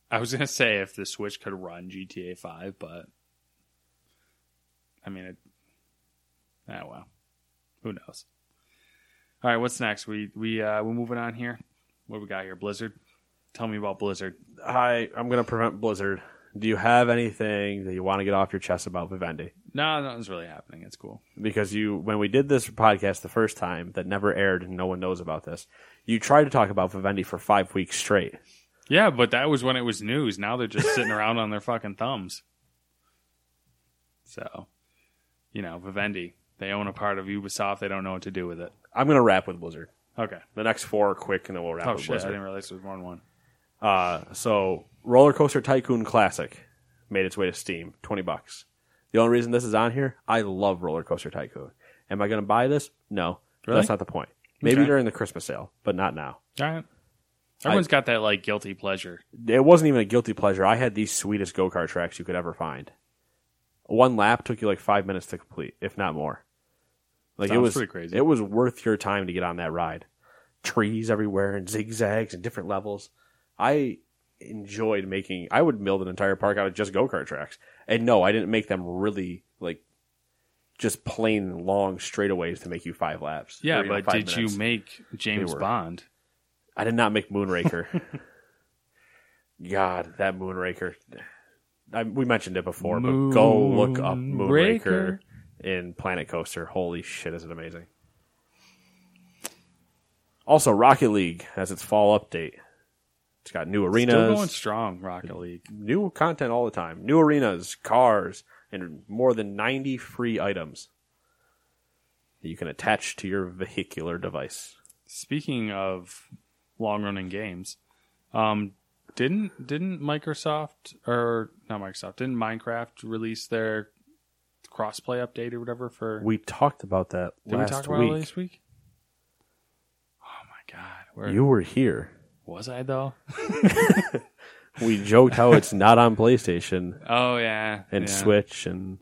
S2: I was gonna say if the Switch could run GTA Five, but I mean, it, ah well, who knows? All right, what's next? We we uh, we're moving on here. What we got here? Blizzard. Tell me about Blizzard.
S3: I I'm gonna prevent Blizzard. Do you have anything that you want to get off your chest about Vivendi?
S2: No, nothing's really happening. It's cool.
S3: Because you, when we did this podcast the first time that never aired and no one knows about this, you tried to talk about Vivendi for five weeks straight.
S2: Yeah, but that was when it was news. Now they're just sitting around on their fucking thumbs. So, you know, Vivendi. They own a part of Ubisoft. They don't know what to do with it.
S3: I'm gonna wrap with Blizzard.
S2: Okay.
S3: The next four are quick, and then we'll wrap
S2: Oh
S3: with
S2: shit! I
S3: Blizzard.
S2: didn't realize there was more than one.
S3: Uh, so Roller Coaster Tycoon Classic made its way to Steam, twenty bucks. The only reason this is on here, I love Roller Coaster Tycoon. Am I going to buy this? No,
S2: Really?
S3: that's not the point. Maybe
S2: Okay.
S3: during the Christmas sale, but not now.
S2: All right. Everyone's got that like guilty pleasure.
S3: It wasn't even a guilty pleasure. I had the sweetest go kart tracks you could ever find. One lap took you like five minutes to complete, if not more. Like it
S2: Sounds
S3: was
S2: pretty crazy.
S3: It was worth your time to get on that ride. Trees everywhere and zigzags and different levels. I enjoyed making. I would build an entire park out of just go kart tracks. And no, I didn't make them really like just plain long straightaways to make you five laps. or
S2: Yeah,
S3: even
S2: but
S3: five
S2: did
S3: minutes.
S2: you make James
S3: were.
S2: Bond?
S3: I did not make Moonraker. [LAUGHS] God, that Moonraker. I, we mentioned it before, but go look up
S2: Moonraker.
S3: Moonraker in Planet Coaster. Holy shit, is it amazing! Also, Rocket League has its fall update. It's got new
S2: Still going
S3: arenas,
S2: strong, Rocket League.
S3: new content all the time, new arenas, cars, and more than ninety free items that you can attach to your vehicular device.
S2: Speaking of long running games, um, didn't didn't Microsoft or not Microsoft? Didn't Minecraft release their crossplay update or whatever for?
S3: We talked about that
S2: did we
S3: last
S2: talk about
S3: week.
S2: it last week? Oh my god, where
S3: You were here.
S2: was I though?
S3: We joked how it's not on PlayStation
S2: Oh yeah,
S3: and
S2: yeah.
S3: Switch and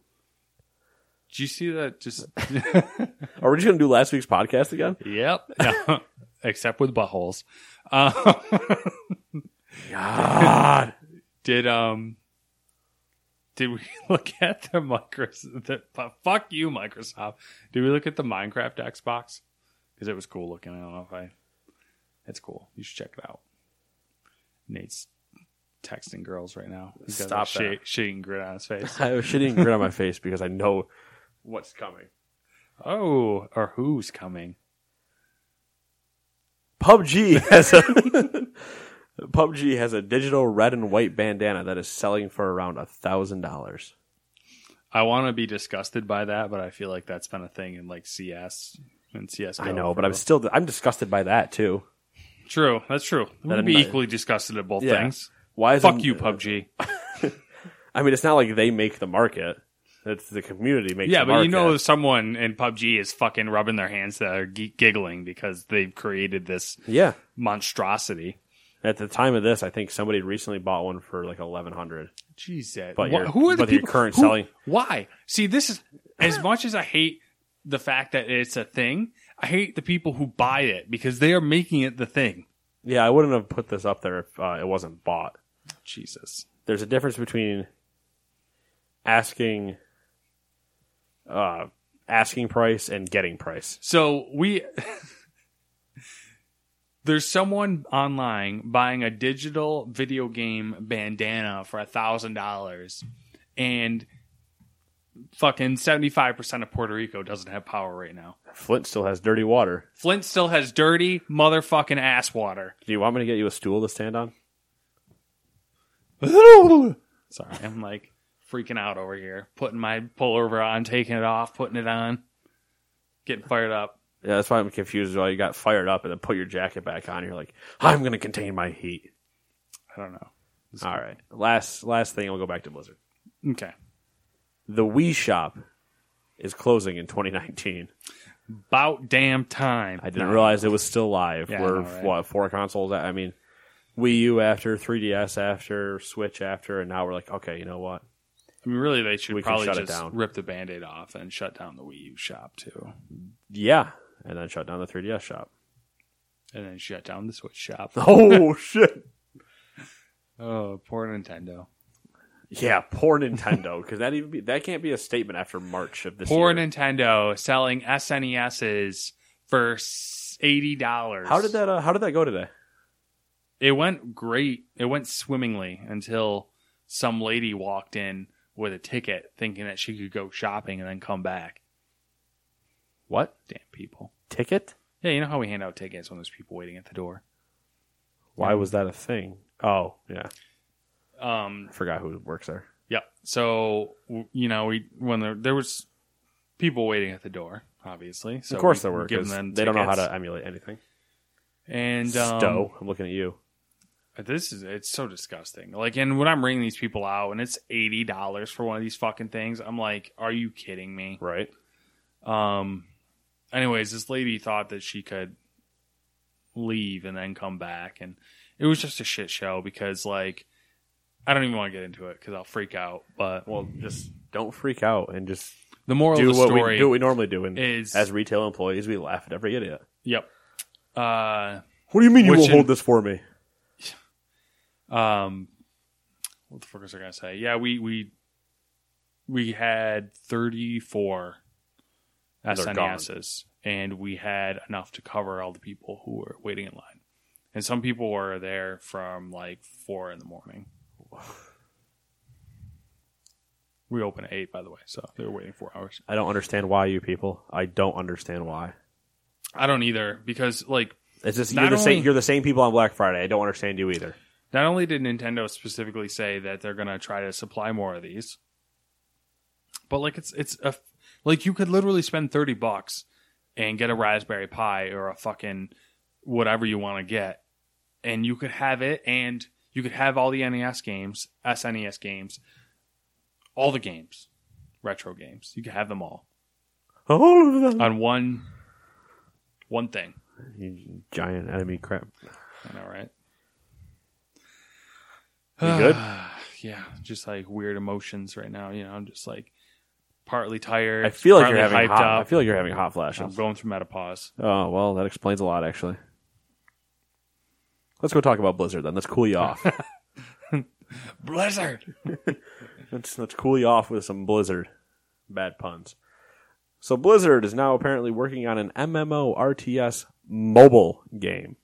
S2: Did you see that? Just [LAUGHS]
S3: are we just gonna do last week's podcast again?
S2: yep. [LAUGHS] No.
S3: [LAUGHS]
S2: Except with buttholes. Um,
S3: God.
S2: [LAUGHS] did um did we [LAUGHS] look at the Microsoft the, fu- fuck you Microsoft did we look at the Minecraft Xbox because it was cool looking I don't know if I it's cool you should check it out Nate's texting girls right now He's got
S3: Stop
S2: that
S3: that.
S2: shitting grin on his face
S3: [LAUGHS] I have a shitting grin on my face because I know [LAUGHS] what's coming.
S2: oh or who's coming
S3: PUBG has a [LAUGHS] PUBG has a digital red and white bandana that is selling for around a thousand dollars.
S2: I want to be disgusted by that but I feel like that's been a thing in like CS and CS
S3: I know, but I'm still I'm disgusted by that too.
S2: true that's true we'd
S3: I'm
S2: be
S3: not-
S2: equally disgusted at both
S3: Yeah.
S2: things
S3: Why is
S2: fuck you PUBG
S3: I mean, it's not like they make the market; it's the community makes.
S2: Yeah,
S3: the
S2: but you
S3: market.
S2: know, someone in PUBG is fucking rubbing their hands that are g- giggling because they've created this
S3: yeah.
S2: monstrosity.
S3: At the time of this, I think somebody recently bought one for like eleven hundred.
S2: Jeez, that-
S3: But
S2: wha-
S3: your-
S2: who are the
S3: but your
S2: people,
S3: current
S2: who-
S3: selling-
S2: Why? See, this is as much as I hate the fact that it's a thing. I hate the people who buy it because they are making it the thing.
S3: Yeah, I wouldn't have put this up there if uh, it wasn't bought.
S2: Jesus,
S3: There's a difference between asking, uh, asking price and getting price.
S2: So we [LAUGHS] there's someone online buying a digital video game bandana for a thousand dollars, and fucking seventy five percent of Puerto Rico doesn't have power right now.
S3: Flint still has dirty water.
S2: Flint still has dirty motherfucking ass water.
S3: Do you want me to get you a stool to stand on?
S2: Sorry, I'm like freaking out over here, putting my pullover on, taking it off, putting it on, getting fired up.
S3: Yeah, that's why I'm confused. Why you got fired up and then put your jacket back on? You're like, I'm gonna contain my heat.
S2: I don't know.
S3: All right. Last last thing, we'll go back to Blizzard.
S2: Okay,
S3: The Wii Shop is closing in 2019.
S2: about damn time.
S3: I didn't realize it was still live.
S2: Yeah, I
S3: We're
S2: know, right?
S3: what four consoles? I mean, Wii U after, 3DS after, Switch after, and now we're like, okay, you know what?
S2: I mean, really, they should
S3: We can
S2: probably
S3: shut it
S2: just
S3: down.
S2: rip the band-aid off and shut down the Wii U shop too,
S3: Yeah, and then shut down the 3DS [LAUGHS] shop.
S2: and then shut down the Switch shop.
S3: Oh shit!
S2: Oh, poor Nintendo.
S3: Yeah, poor Nintendo, because that even be, that can't be a statement after March of this
S2: Poor
S3: year.
S2: Nintendo selling SNESs for s- eighty dollars.
S3: How did that? Uh, how did that go today?
S2: It went great. It went swimmingly until some lady walked in with a ticket, thinking that she could go shopping and then come back. What? Damn people.
S3: Ticket?
S2: Yeah, you know how we hand out tickets when there's people waiting at the door.
S3: Why was that a thing? Oh, yeah,
S2: Um,
S3: I forgot who works there.
S2: Yeah. So w- you know, we when there there was people waiting at the door, obviously. So
S3: of course
S2: we-
S3: there
S2: we
S3: were.
S2: give
S3: 'cause
S2: them
S3: they don't know how
S2: tickets.
S3: to emulate anything.
S2: And um,
S3: Stowe, I'm looking at you.
S2: This is it's so disgusting. Like, and when I'm ringing these people out, and it's eighty dollars for one of these fucking things, I'm like, are you kidding me?
S3: Right?
S2: Um. Anyways, this lady thought that she could leave and then come back, and it was just a shit show because like. I don't even want to get into it because I'll freak out. But
S3: Well, just don't freak out and just
S2: the moral
S3: do
S2: of the
S3: what
S2: story
S3: we do. What we normally do, and
S2: is-
S3: as retail employees, we laugh at every idiot.
S2: Yep. Uh,
S3: What do you mean
S2: you Which won't in- hold
S3: this for me?
S2: um what the fuck was I gonna say? Yeah, we we we had thirty four
S3: They're gone.
S2: SNESs E and we had enough to cover all the people who were waiting in line. And some people were there from like four in the morning. [SIGHS] We open at eight, by the way, so they were waiting four hours.
S3: I don't understand why you people. I don't understand why.
S2: I don't either because like
S3: It's just
S2: Not
S3: you're the
S2: only-
S3: same. You're the same people on Black Friday. I don't understand you [LAUGHS] either.
S2: Not only did Nintendo specifically say that they're going to try to supply more of these, but like it's it's a like you could literally spend 30 bucks and get a Raspberry Pi or a fucking whatever you want to get and you could have it and you could have all the NES games, SNES games, all the games, retro games. You could have them all
S3: Oh,
S2: on one one thing.
S3: you giant enemy crap.
S2: I know, right?
S3: You good?
S2: yeah, just like weird emotions right now. You know, I'm just like partly tired.
S3: I feel like you're
S2: partly
S3: having
S2: hyped
S3: hot.
S2: up.
S3: I feel like you're having hot flashes.
S2: I'm going through menopause.
S3: Oh well, that explains a lot, actually. Let's go talk about Blizzard then. Let's cool
S2: [LAUGHS]
S3: you off.
S2: Blizzard.
S3: let's let's cool you off with some Blizzard. Bad puns. So Blizzard is now apparently working on an MMO RTS mobile game.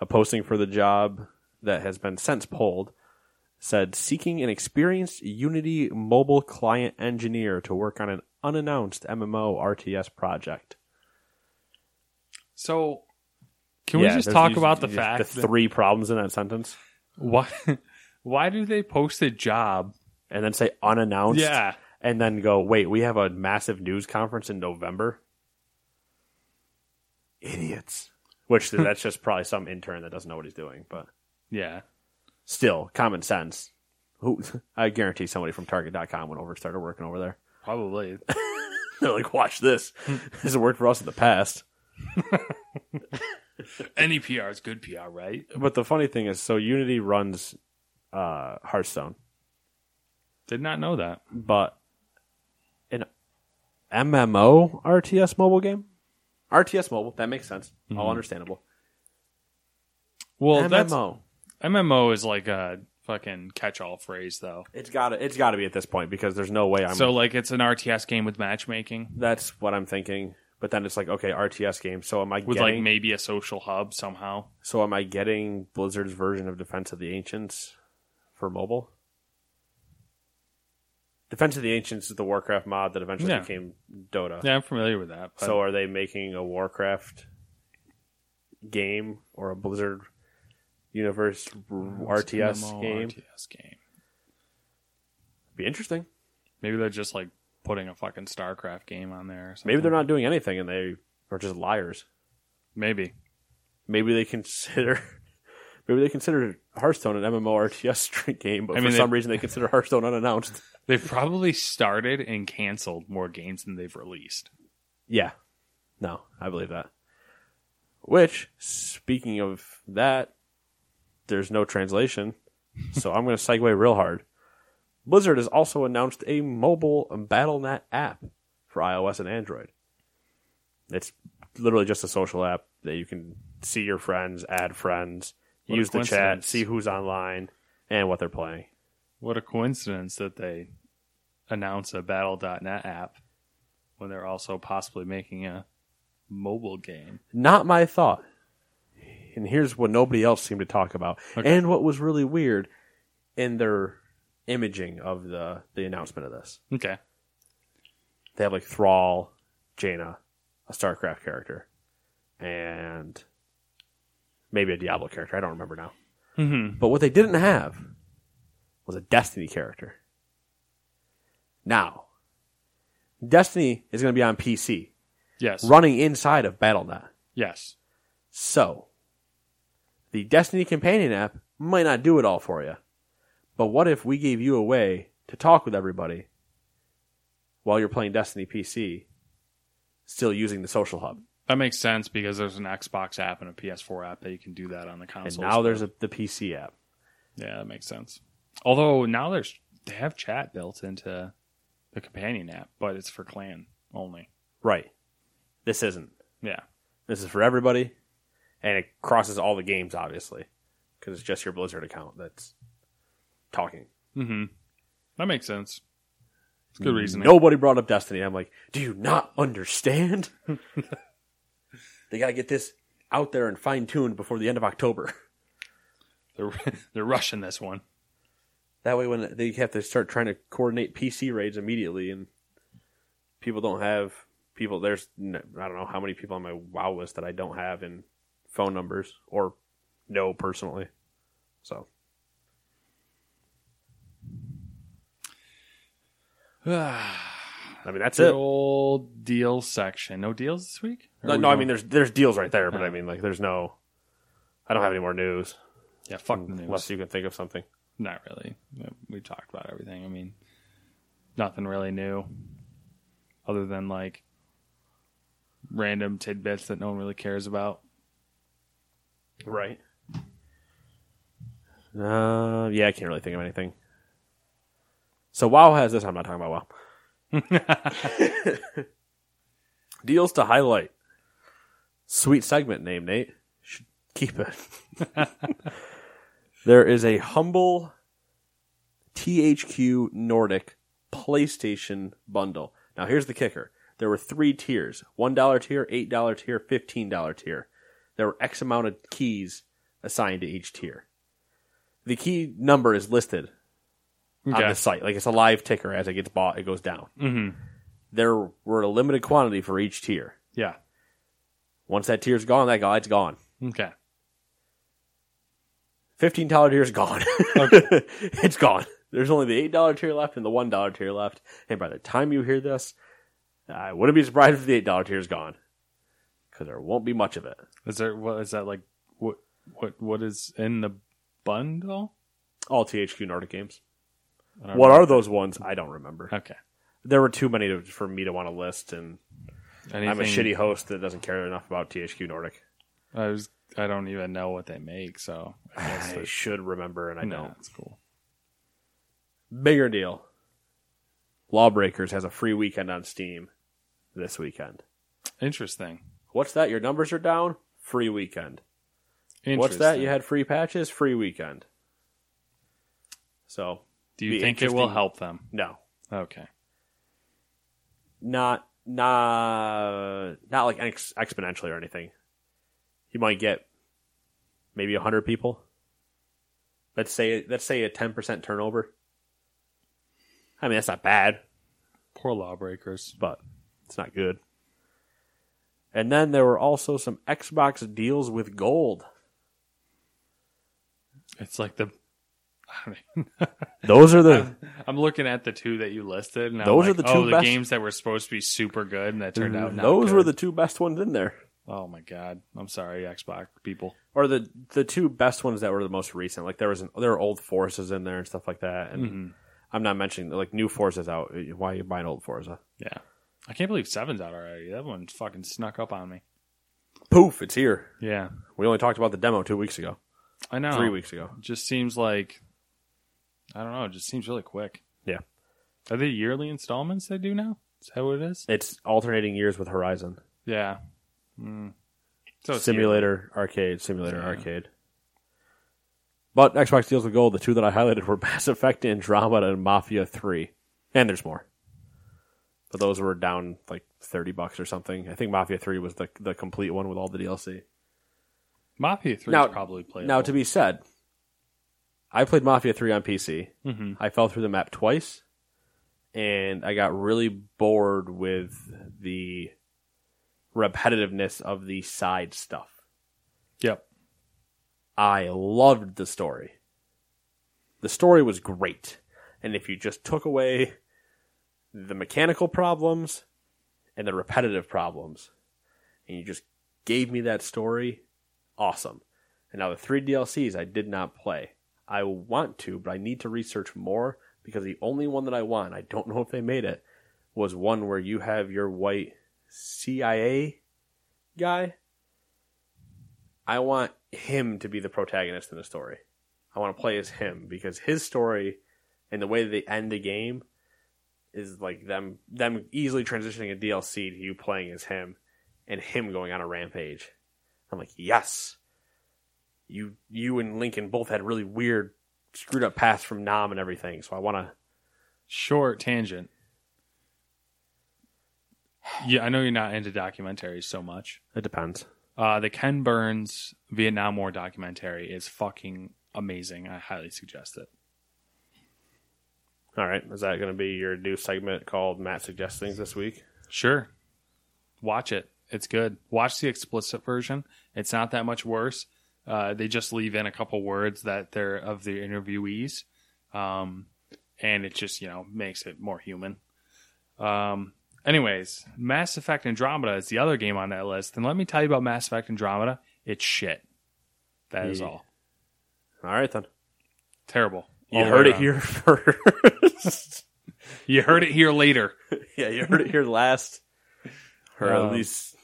S3: A posting for the job that has been since pulled said seeking an experienced Unity mobile client engineer to work on an unannounced MMO RTS project.
S2: So, can
S3: Yeah,
S2: we just
S3: there's-
S2: talk
S3: you-
S2: about the
S3: you-
S2: fact
S3: the three problems in that sentence?
S2: that why [LAUGHS] why do they post a job?
S3: and then say unannounced.
S2: Yeah.
S3: And then go, wait, we have a massive news conference in November. Idiots.
S2: [LAUGHS]
S3: Which that's just probably some intern that doesn't know what he's doing, but
S2: Yeah,
S3: still, common sense. Who [LAUGHS] I guarantee somebody from Target.com went over and started working over there. [LAUGHS]
S2: probably.
S3: They're like,
S2: [LAUGHS]
S3: watch this. this has worked for us in the past.
S2: Any PR is good PR, right?
S3: But the funny thing is, so Unity runs uh, Hearthstone,
S2: Did not know that.
S3: but an MMO RTS mobile game? RTS mobile, that makes sense. All understandable.
S2: Mm-hmm. Well, that's
S3: MMO.
S2: MMO is like a fucking catch-all phrase, though.
S3: It's got to it's got to be at this point because there's no way I'm.
S2: so, like, it's an RTS game with matchmaking.
S3: that's what I'm thinking. But then it's like, okay, RTS game. So am I
S2: with
S3: getting?
S2: like maybe a social hub somehow.
S3: so am I getting Blizzard's version of Defense of the Ancients for mobile? Defense of the Ancients is the Warcraft mod that eventually
S2: Yeah.
S3: became Dota.
S2: Yeah, I'm familiar with that.
S3: So are they making a Warcraft game or a Blizzard universe r- RTS game?
S2: RTS game.
S3: Be interesting.
S2: Maybe they're just like putting a fucking StarCraft game on there. Or something.
S3: Maybe they're not doing anything and they are just liars.
S2: Maybe.
S3: maybe they consider [LAUGHS] maybe they consider Hearthstone an MMORTS [LAUGHS] street game, but
S2: I
S3: for
S2: mean, they-
S3: some reason they consider Hearthstone unannounced.
S2: They've probably started and canceled more games than they've released.
S3: Yeah, no, I believe that. Which, speaking of that, there's no translation, so I'm going to segue real hard. Blizzard has also announced a mobile BattleNet app for iOS and Android. It's literally just a social app that you can see your friends, add friends,
S2: What a
S3: use the chat,
S2: coincidence.
S3: see who's online and what they're playing.
S2: What a coincidence that they announce a Battle.net app when they're also possibly making a mobile game.
S3: Not my thought. And here's what nobody else seemed to talk about.
S2: Okay.
S3: And what was really weird in their imaging of the, the announcement of this.
S2: Okay.
S3: They have like Thrall, Jaina, a StarCraft character, and maybe a Diablo character. I don't remember now.
S2: Mhm.
S3: But what they didn't have was a Destiny character. Now, Destiny is going to be on PC,
S2: Yes.
S3: running inside of Battle.net.
S2: Yes.
S3: So, the Destiny Companion app might not do it all for you. But what if we gave you a way to talk with everybody while you're playing Destiny PC, still using the social hub?
S2: That makes sense because there's an Xbox app and a PS4 app that you can do that on the console.
S3: and now there's a, the PC app.
S2: yeah, that makes sense. Although now there's they have chat built into the companion app, but it's for clan only.
S3: Right. This isn't.
S2: Yeah,
S3: This is for everybody, and it crosses all the games, obviously, because it's just your Blizzard account that's talking.
S2: mm-hmm. that makes sense. It's good reasoning.
S3: Nobody brought up Destiny. I'm like, do you not
S2: [LAUGHS]
S3: understand? they got to get this out there and fine tuned before the end of October. [LAUGHS]
S2: they're [LAUGHS] they're rushing this
S3: [SIGHS]
S2: one.
S3: That way, when they have to start trying to coordinate PC raids immediately, and people don't have people, there's n- I don't know how many people on my WoW list that I don't have in phone numbers or know personally. So I mean, that's
S2: The
S3: it.
S2: old deal section. No deals this week. Or
S3: No,
S2: we
S3: no I
S2: don't-
S3: mean, there's there's deals right there, but I mean, like, there's no. I don't have any more news
S2: yeah, fuck the news.
S3: unless you can think of something.
S2: Not really. We talked about everything. I mean, nothing really new, other than like random tidbits that no one really cares about.
S3: Right. Uh, yeah, I can't really think of anything. So WoW has this. I'm not talking about WoW. Deals to highlight. Sweet segment name, Nate. Should keep it. there is a humble THQ Nordic PlayStation bundle. Now, here's the kicker. There were three tiers $1 tier, $8 tier, $15 tier there were X amount of keys assigned to each tier. The key number is listed on
S2: Okay.
S3: the site. Like it's a live ticker. As it gets bought, it goes down. Mm-hmm. There were a limited quantity for each tier.
S2: Yeah.
S3: Once that tier's gone, that guy's gone.
S2: Okay.
S3: Fifteen dollar tier's gone. [LAUGHS] it's gone. There's only the eight dollar tier left and the one dollar tier left. And by the time you hear this, I wouldn't be surprised if the eight dollar tier's gone because there won't be much of it.
S2: Is there what is that like? What what what is in the bundle?
S3: All THQ Nordic games.
S2: I don't
S3: What
S2: know.
S3: are those ones? I don't remember.
S2: Okay.
S3: there were too many to, for me to want to list, and
S2: Anything,
S3: I'm a shitty host that doesn't care enough about THQ Nordic.
S2: I was. I don't even know what they make, so I guess
S3: [SIGHS] I should remember, and I
S2: no,
S3: don't.
S2: it's cool.
S3: Bigger deal. Lawbreakers has a free weekend on Steam this weekend.
S2: Interesting.
S3: What's that? Your numbers are down? Free weekend.
S2: Interesting.
S3: What's that? You had free patches? Free weekend. So,
S2: Do you
S3: be
S2: think it will
S3: interesting-
S2: help them?
S3: no.
S2: Okay.
S3: Not, not, not like ex- exponentially or anything. You might get maybe 100 people. let's say let's say a 10% turnover i mean that's not bad
S2: Poor lawbreakers.
S3: but it's not good and then there were also some xbox deals with gold
S2: It's like the. [LAUGHS] I don't even
S3: those are the
S2: I'm looking at the two that you listed, and
S3: Those
S2: I'm
S3: are
S2: like,
S3: the two
S2: oh,
S3: best- Mm-hmm.
S2: the games that were supposed to be super good and that [LAUGHS] turned out not
S3: those were the
S2: good.
S3: two best ones in there
S2: Oh my god, I'm sorry, Xbox people.
S3: or the the two best ones that were the most recent like there was an, there were old forces in there and stuff like that and i'm not mentioning like new forces out why are you buying old forza
S2: Yeah, I can't believe seven's out already. That one fucking snuck up on me.
S3: poof it's here
S2: Yeah,
S3: we only talked about the demo two weeks ago
S2: I know.
S3: three weeks ago
S2: It just seems like I don't know. It just seems really quick.
S3: yeah
S2: Are they yearly installments they do now? Is that what it is?
S3: it's alternating years with horizon
S2: Yeah. Mm. So it's
S3: simulator arcade simulator arcade But Xbox Deals with Gold, the two that I highlighted were [LAUGHS] Mass Effect Andromeda and Mafia 3. And there's more. But those were down like 30 bucks or something. I think Mafia 3 was the, the complete one with all the DLC.
S2: Mafia Three
S3: Now-
S2: is probably playable.
S3: Now, to be said, I played Mafia 3 on PC.
S2: Mhm.
S3: I fell through the map twice, and I got really bored with the repetitiveness of the side stuff.
S2: yep,
S3: I loved the story. The story was great. And if you just took away the mechanical problems and the repetitive problems, and you just gave me that story, awesome. And now the three DLCs I did not play. I want to, but I need to research more because the only one that I want, I don't [LAUGHS] know if they made it, was one where you have your white CIA guy. I want him to be the protagonist in the story. I want to play as him because his story and the way that they end the game is like them them easily transitioning a DLC to you playing as him and him going on a rampage. I'm like, yes. You you and Lincoln both had really weird screwed up paths from Nom and everything, so I wanna
S2: short tangent. Yeah, I know you're not into documentaries so much.
S3: It depends.
S2: Uh, the Ken Burns Vietnam War documentary is fucking amazing. I highly suggest it.
S3: Alright, is that gonna be your new segment called Matt Suggests Things this week?
S2: Sure. Watch it. It's good. Watch the explicit version. It's not that much worse. Uh, they just leave in a couple words that they're of the interviewees. Um, and it just, you know, makes it more human. Um, anyways, Mass Effect Andromeda is the other game on that list. And let me tell you about Mass Effect Andromeda. It's shit. That is
S3: Yeah.
S2: all.
S3: Alright then.
S2: Terrible.
S3: You
S2: All the
S3: heard
S2: way
S3: it
S2: around.
S3: here [LAUGHS] first.
S2: You heard it here later.
S3: [LAUGHS] yeah, you heard it here last. Or at
S2: Um,
S3: least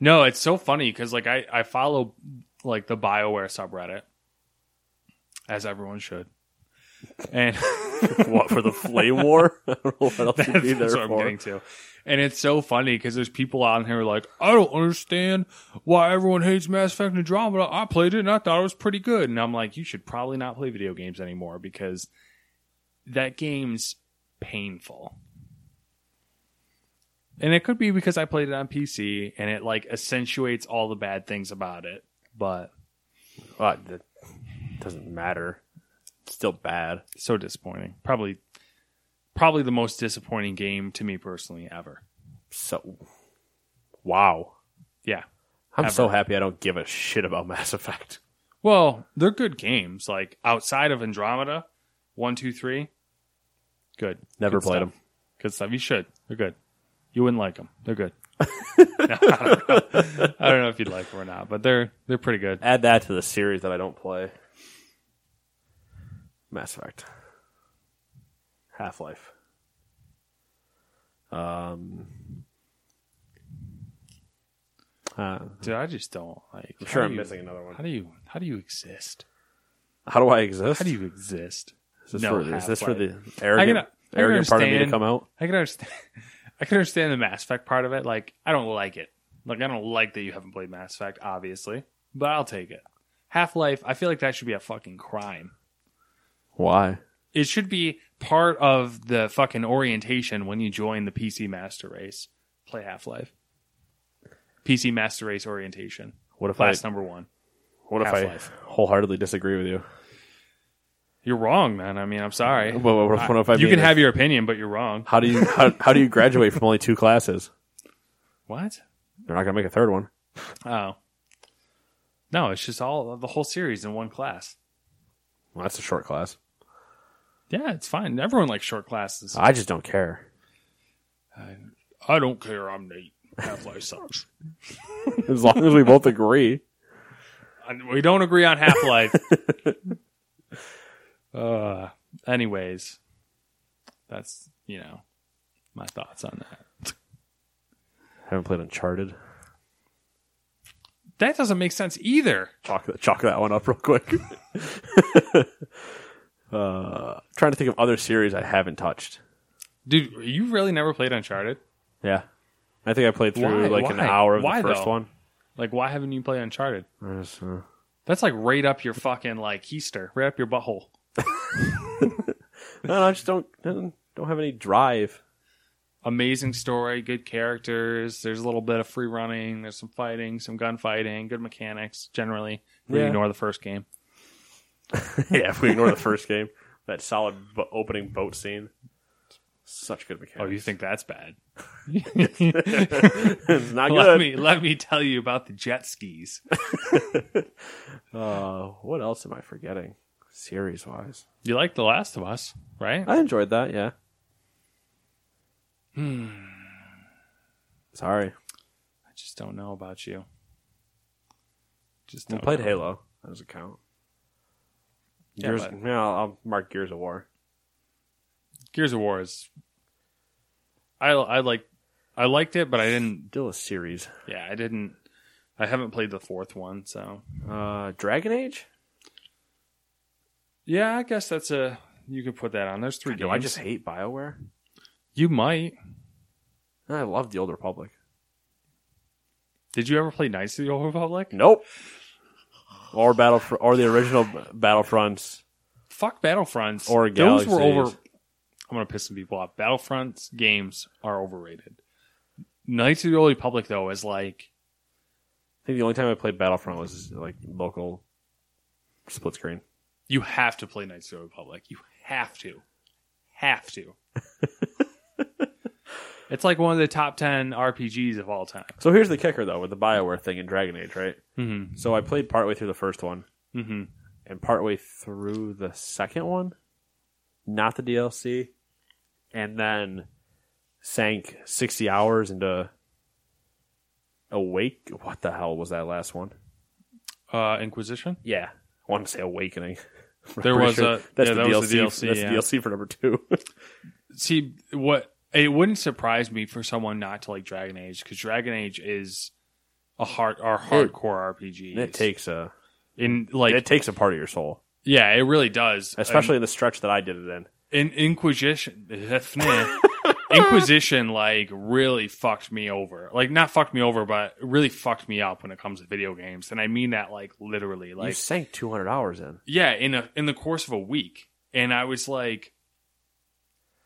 S2: No, it's so funny because like I I follow like the Bioware subreddit, as everyone should, and [LAUGHS]
S3: what for the flame [LAUGHS] war? I don't know what else
S2: that's,
S3: you'd be there
S2: what I'm
S3: for.
S2: getting to. And it's so funny because there's people out here who are like, I don't understand why everyone hates Mass Effect Andromeda. I played it and I thought it was pretty good, and I'm like, you should probably not play video games anymore because that game's painful. And it could be because I played it on PC and it like accentuates all the bad things about it, but
S3: Well, that doesn't matter. It's still bad.
S2: so disappointing. Probably probably the most disappointing game to me personally ever.
S3: So, wow.
S2: Yeah.
S3: I'm so happy I don't give a shit about Mass Effect.
S2: Well, they're good games. Like outside of Andromeda, one, two, three, good.
S3: Never
S2: Good
S3: played
S2: stuff.
S3: 'em.
S2: Good stuff. You should. They're good. You wouldn't like them. They're
S3: [LAUGHS]
S2: good. [LAUGHS] No, I, don't know. I don't know if you'd like them or not, but they're they're pretty good.
S3: Add that to the series that I don't play. Mass Effect, Half Life. Um, uh,
S2: Dude, I just don't like.
S3: I'm
S2: how
S3: sure
S2: do
S3: I'm
S2: you-
S3: missing another one.
S2: How do you how do you exist?
S3: How do I exist?
S2: How do you exist?
S3: Is this,
S2: No,
S3: for, is this for
S2: Half-Life.
S3: the arrogant,
S2: I can
S3: arrogant part of me to
S2: understand-
S3: come out?
S2: I can understand. [LAUGHS] I can understand the Mass Effect part of it. Like, I don't like it. Like, I don't like that you haven't played Mass Effect, obviously, but I'll take it. Half Life. I feel like that should be a fucking crime.
S3: Why?
S2: It should be part of the fucking orientation when you join the PC Master Race. Play Half Life. PC Master Race orientation.
S3: What if
S2: Class
S3: I
S2: number one.
S3: what if
S2: Half-Life.
S3: I wholeheartedly disagree with you?
S2: You're wrong, man. I mean, I'm sorry.
S3: Well, what if- what if I
S2: you
S3: mean
S2: can
S3: it?
S2: have your opinion, but you're wrong.
S3: How do you how, how do you graduate from only two classes?
S2: What?
S3: They're not gonna make a third one.
S2: Oh. No, it's just all the whole series in one class.
S3: Well, that's a short class.
S2: Yeah, it's fine. Everyone likes short classes.
S3: I just don't care.
S2: I don't care. I'm Nate. Half Life sucks.
S3: As long as we
S2: [LAUGHS]
S3: both agree.
S2: And we don't agree on Half Life. uh, anyways, that's you know my thoughts on that.
S3: haven't played Uncharted.
S2: That doesn't make sense either.
S3: Chalk that chalk that one up real quick. [LAUGHS] uh, trying to think of other series I haven't touched.
S2: Dude, you really never played Uncharted?
S3: Yeah, I think I played through
S2: Why?
S3: like an
S2: Why?
S3: hour of
S2: Why,
S3: the first
S2: though?
S3: one.
S2: Like, why haven't you played Uncharted?
S3: I just, uh,
S2: That's like right up your fucking like keister, right up your butthole.
S3: No, no, I just don't don't don't have
S2: [LAUGHS]
S3: any drive. [LAUGHS]
S2: Amazing story, good characters. There's a little bit of free running. There's some fighting, some gunfighting, good mechanics. Generally, we
S3: Yeah.
S2: ignore the first game.
S3: yeah, if we ignore the first game, that solid bo- opening boat scene, such good mechanics.
S2: Oh, you think that's [LAUGHS] bad?
S3: [LAUGHS]
S2: [LAUGHS]
S3: it's not
S2: let
S3: good?
S2: me let me tell you about the jet skis.
S3: Uh, what else am I forgetting? Series wise,
S2: You like The Last of Us, right?
S3: I enjoyed that. Yeah.
S2: Hmm.
S3: Sorry,
S2: I just don't know about you. Just
S3: we
S2: don't
S3: played
S2: know.
S3: Halo. That doesn't count.
S2: Yeah,
S3: Gears,
S2: but-
S3: yeah, I'll- I'll mark Gears of War.
S2: Gears of War is. I I like, I liked it, but I didn't.
S3: Still a series.
S2: Yeah, I didn't. I haven't played the fourth one, so
S3: Uh, Dragon Age.
S2: yeah, I guess that's a you could put that on. There's three
S3: Do
S2: games.
S3: I just hate Bioware?
S2: you might.
S3: I love the Old Republic.
S2: Did you ever play Knights of the Old Republic?
S3: Nope. Or battle or the original Battlefronts.
S2: Fuck Battlefronts.
S3: Or
S2: those were over.
S3: Galaxies.
S2: I'm gonna piss some people off. Battlefronts games are overrated. Knights of the Old Republic though is like
S3: I think the only time I played Battlefront was like local split screen.
S2: you have to play Knights of the Old Republic. You have to, have
S3: [LAUGHS]
S2: to. it's like one of the top ten RPGs of all time.
S3: So here's the kicker though with the Bioware thing in Dragon Age, right?
S2: Mm-hmm.
S3: So I played partway through the first one
S2: Mm-hmm.
S3: and partway through the second one, not the DLC, and then sank 60 hours into Awake. What the hell was that last one?
S2: Uh, Inquisition.
S3: Yeah, I want to say Awakening. [LAUGHS] I'm
S2: There
S3: pretty
S2: was a-
S3: that's
S2: yeah,
S3: the
S2: that
S3: DLC.
S2: was the DLC,
S3: that's
S2: yeah.
S3: the DLC for number two. [LAUGHS]
S2: See what? It wouldn't surprise me for someone not to like Dragon Age because Dragon Age is a hard, our hardcore RPG.
S3: it takes a
S2: in like
S3: it takes a part of your soul,
S2: yeah, it really does.
S3: especially in the stretch that I did it in.
S2: in Inquisition, [LAUGHS] Inquisition like really fucked me over. Like not fucked me over, but really fucked me up when it comes to video games, and I mean that like literally.
S3: you
S2: Like
S3: sank 200 hours in.
S2: yeah, in a in the course of a week, and I was like,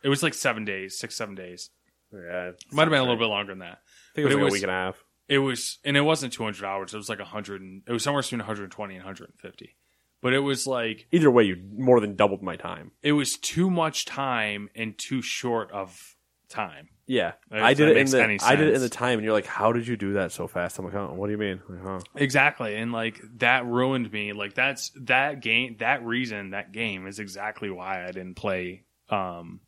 S2: it was like seven days, six seven days.
S3: Yeah,
S2: Might have been a little bit longer than that.
S3: I think
S2: but it
S3: it was, like a
S2: was-
S3: week and a half.
S2: It was, and it wasn't 200 hours. It was like 100. And, it was somewhere between 120 and 150. But it was like
S3: Either way, you more than doubled my time.
S2: it was too much time and too short of time.
S3: Yeah,
S2: If
S3: I
S2: that
S3: did it in
S2: makes
S3: the
S2: any
S3: I did it in
S2: sense.
S3: the time, and you're like, "How did you do that so fast?" I'm like, "Oh, what do you mean?" Like, huh.
S2: Exactly. And like that ruined me. Like that's that game that reason that game is exactly why I didn't play um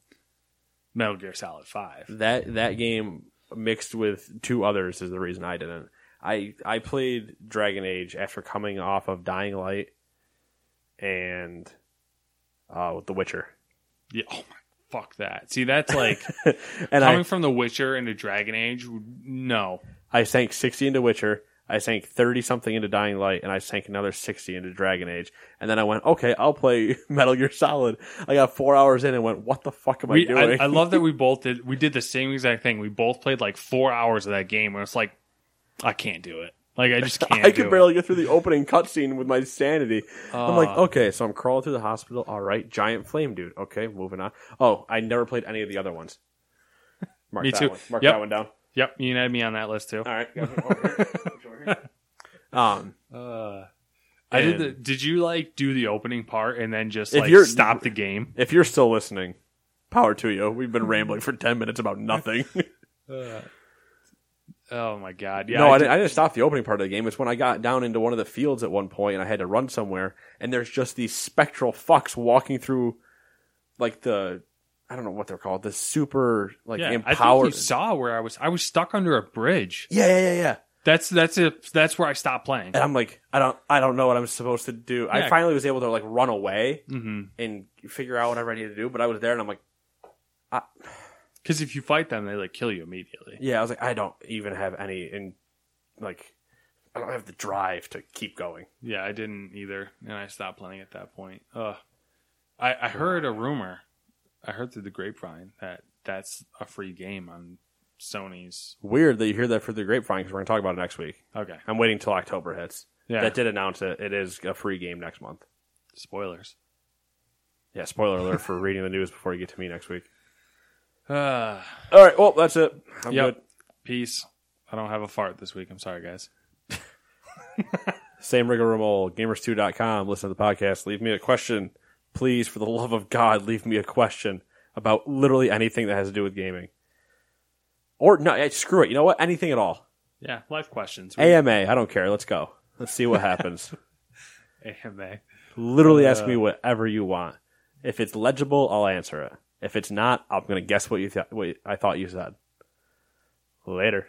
S2: Metal Gear Solid 5.
S3: that that game mixed with two others is the reason I didn't. I I played Dragon Age after coming off of Dying Light and uh with The Witcher.
S2: Yeah. Oh my fuck that. See, that's like
S3: [LAUGHS] and
S2: coming
S3: I
S2: from The Witcher into Dragon Age, no.
S3: I sank 60 into Witcher, I sank 30 something into Dying Light and I sank another 60 into Dragon Age. And then I went, "Okay, I'll play [LAUGHS] Metal Gear Solid." I got 4 hours in and went, "What the fuck am I
S2: We, I,
S3: doing?"
S2: I love
S3: [LAUGHS]
S2: that we both did we did the same exact thing. We both played like 4 hours of that game and it's like I can't do it. Like
S3: [LAUGHS]
S2: I just can't
S3: I
S2: do
S3: could
S2: it. Uh.
S3: barely get through the opening cutscene with my sanity. I'm like, okay, so I'm crawling through the hospital. All right, giant flame dude. Okay, moving on. Oh, I never played any of the
S2: [LAUGHS]
S3: other ones. Mark
S2: Me
S3: that
S2: too.
S3: One. Mark
S2: Yep.
S3: that one down.
S2: Yep, you had me on that list too.
S3: All right. got it. Over here.
S2: [LAUGHS]
S3: um,
S2: Uh, I did.
S3: And-
S2: The, did you like do the opening part and then just
S3: If
S2: like
S3: you're-
S2: stop the game?
S3: if you're still listening, power to you. We've been rambling for ten minutes
S2: [LAUGHS]
S3: about nothing.
S2: Oh my god! Yeah,
S3: no, I,
S2: did-
S3: didn't, I didn't stop the opening part of the game. It's when I got down into one of the fields at one point and I had to run somewhere, and there's just these spectral fucks walking through, like the. I don't know what they're called. The super like
S2: yeah, I
S3: empowered.
S2: think you saw where I was. I was stuck under a bridge.
S3: yeah, yeah, yeah, yeah.
S2: That's that's it. That's where I stopped playing.
S3: And I'm like, I don't, I don't know what I'm supposed to do. I
S2: Yeah.
S3: finally was able to like run away
S2: Mm-hmm.
S3: and figure out whatever I needed to do. But I was there, and I'm like,
S2: Because if you fight them, they like kill you immediately.
S3: yeah, I was like, I don't even have any, in like, I don't have the drive to keep going.
S2: Yeah, I didn't either, and I stopped playing at that point. Ugh. I, I heard a rumor. I heard through the grapevine that that's a free game on Sony's.
S3: Weird that you hear that for the grapevine because we're gonna talk about it next week.
S2: Okay.
S3: I'm waiting till October hits.
S2: Yeah.
S3: that did announce it. It is a free game next month.
S2: Spoilers.
S3: Yeah, spoiler alert for reading the news before you get to me
S2: [SIGHS]
S3: next week.
S2: Uh,
S3: All right, well, that's it. I'm
S2: yep.
S3: good.
S2: Peace. I don't have a fart this week. I'm sorry, guys.
S3: Same rigmarole, gamers2.com. Listen to the podcast. Leave me a question. Please, for the love of God, leave me a question about literally anything that has to do with gaming. Or, no, eh, screw it. You know what? Anything at all.
S2: Yeah, life questions. [LAUGHS] We-
S3: AMA, I don't care. Let's go. Let's see what happens.
S2: AMA.
S3: literally ask me whatever you want. If it's legible, I'll answer it. If it's not, I'm going to guess what you th- what you- I thought you said. Later.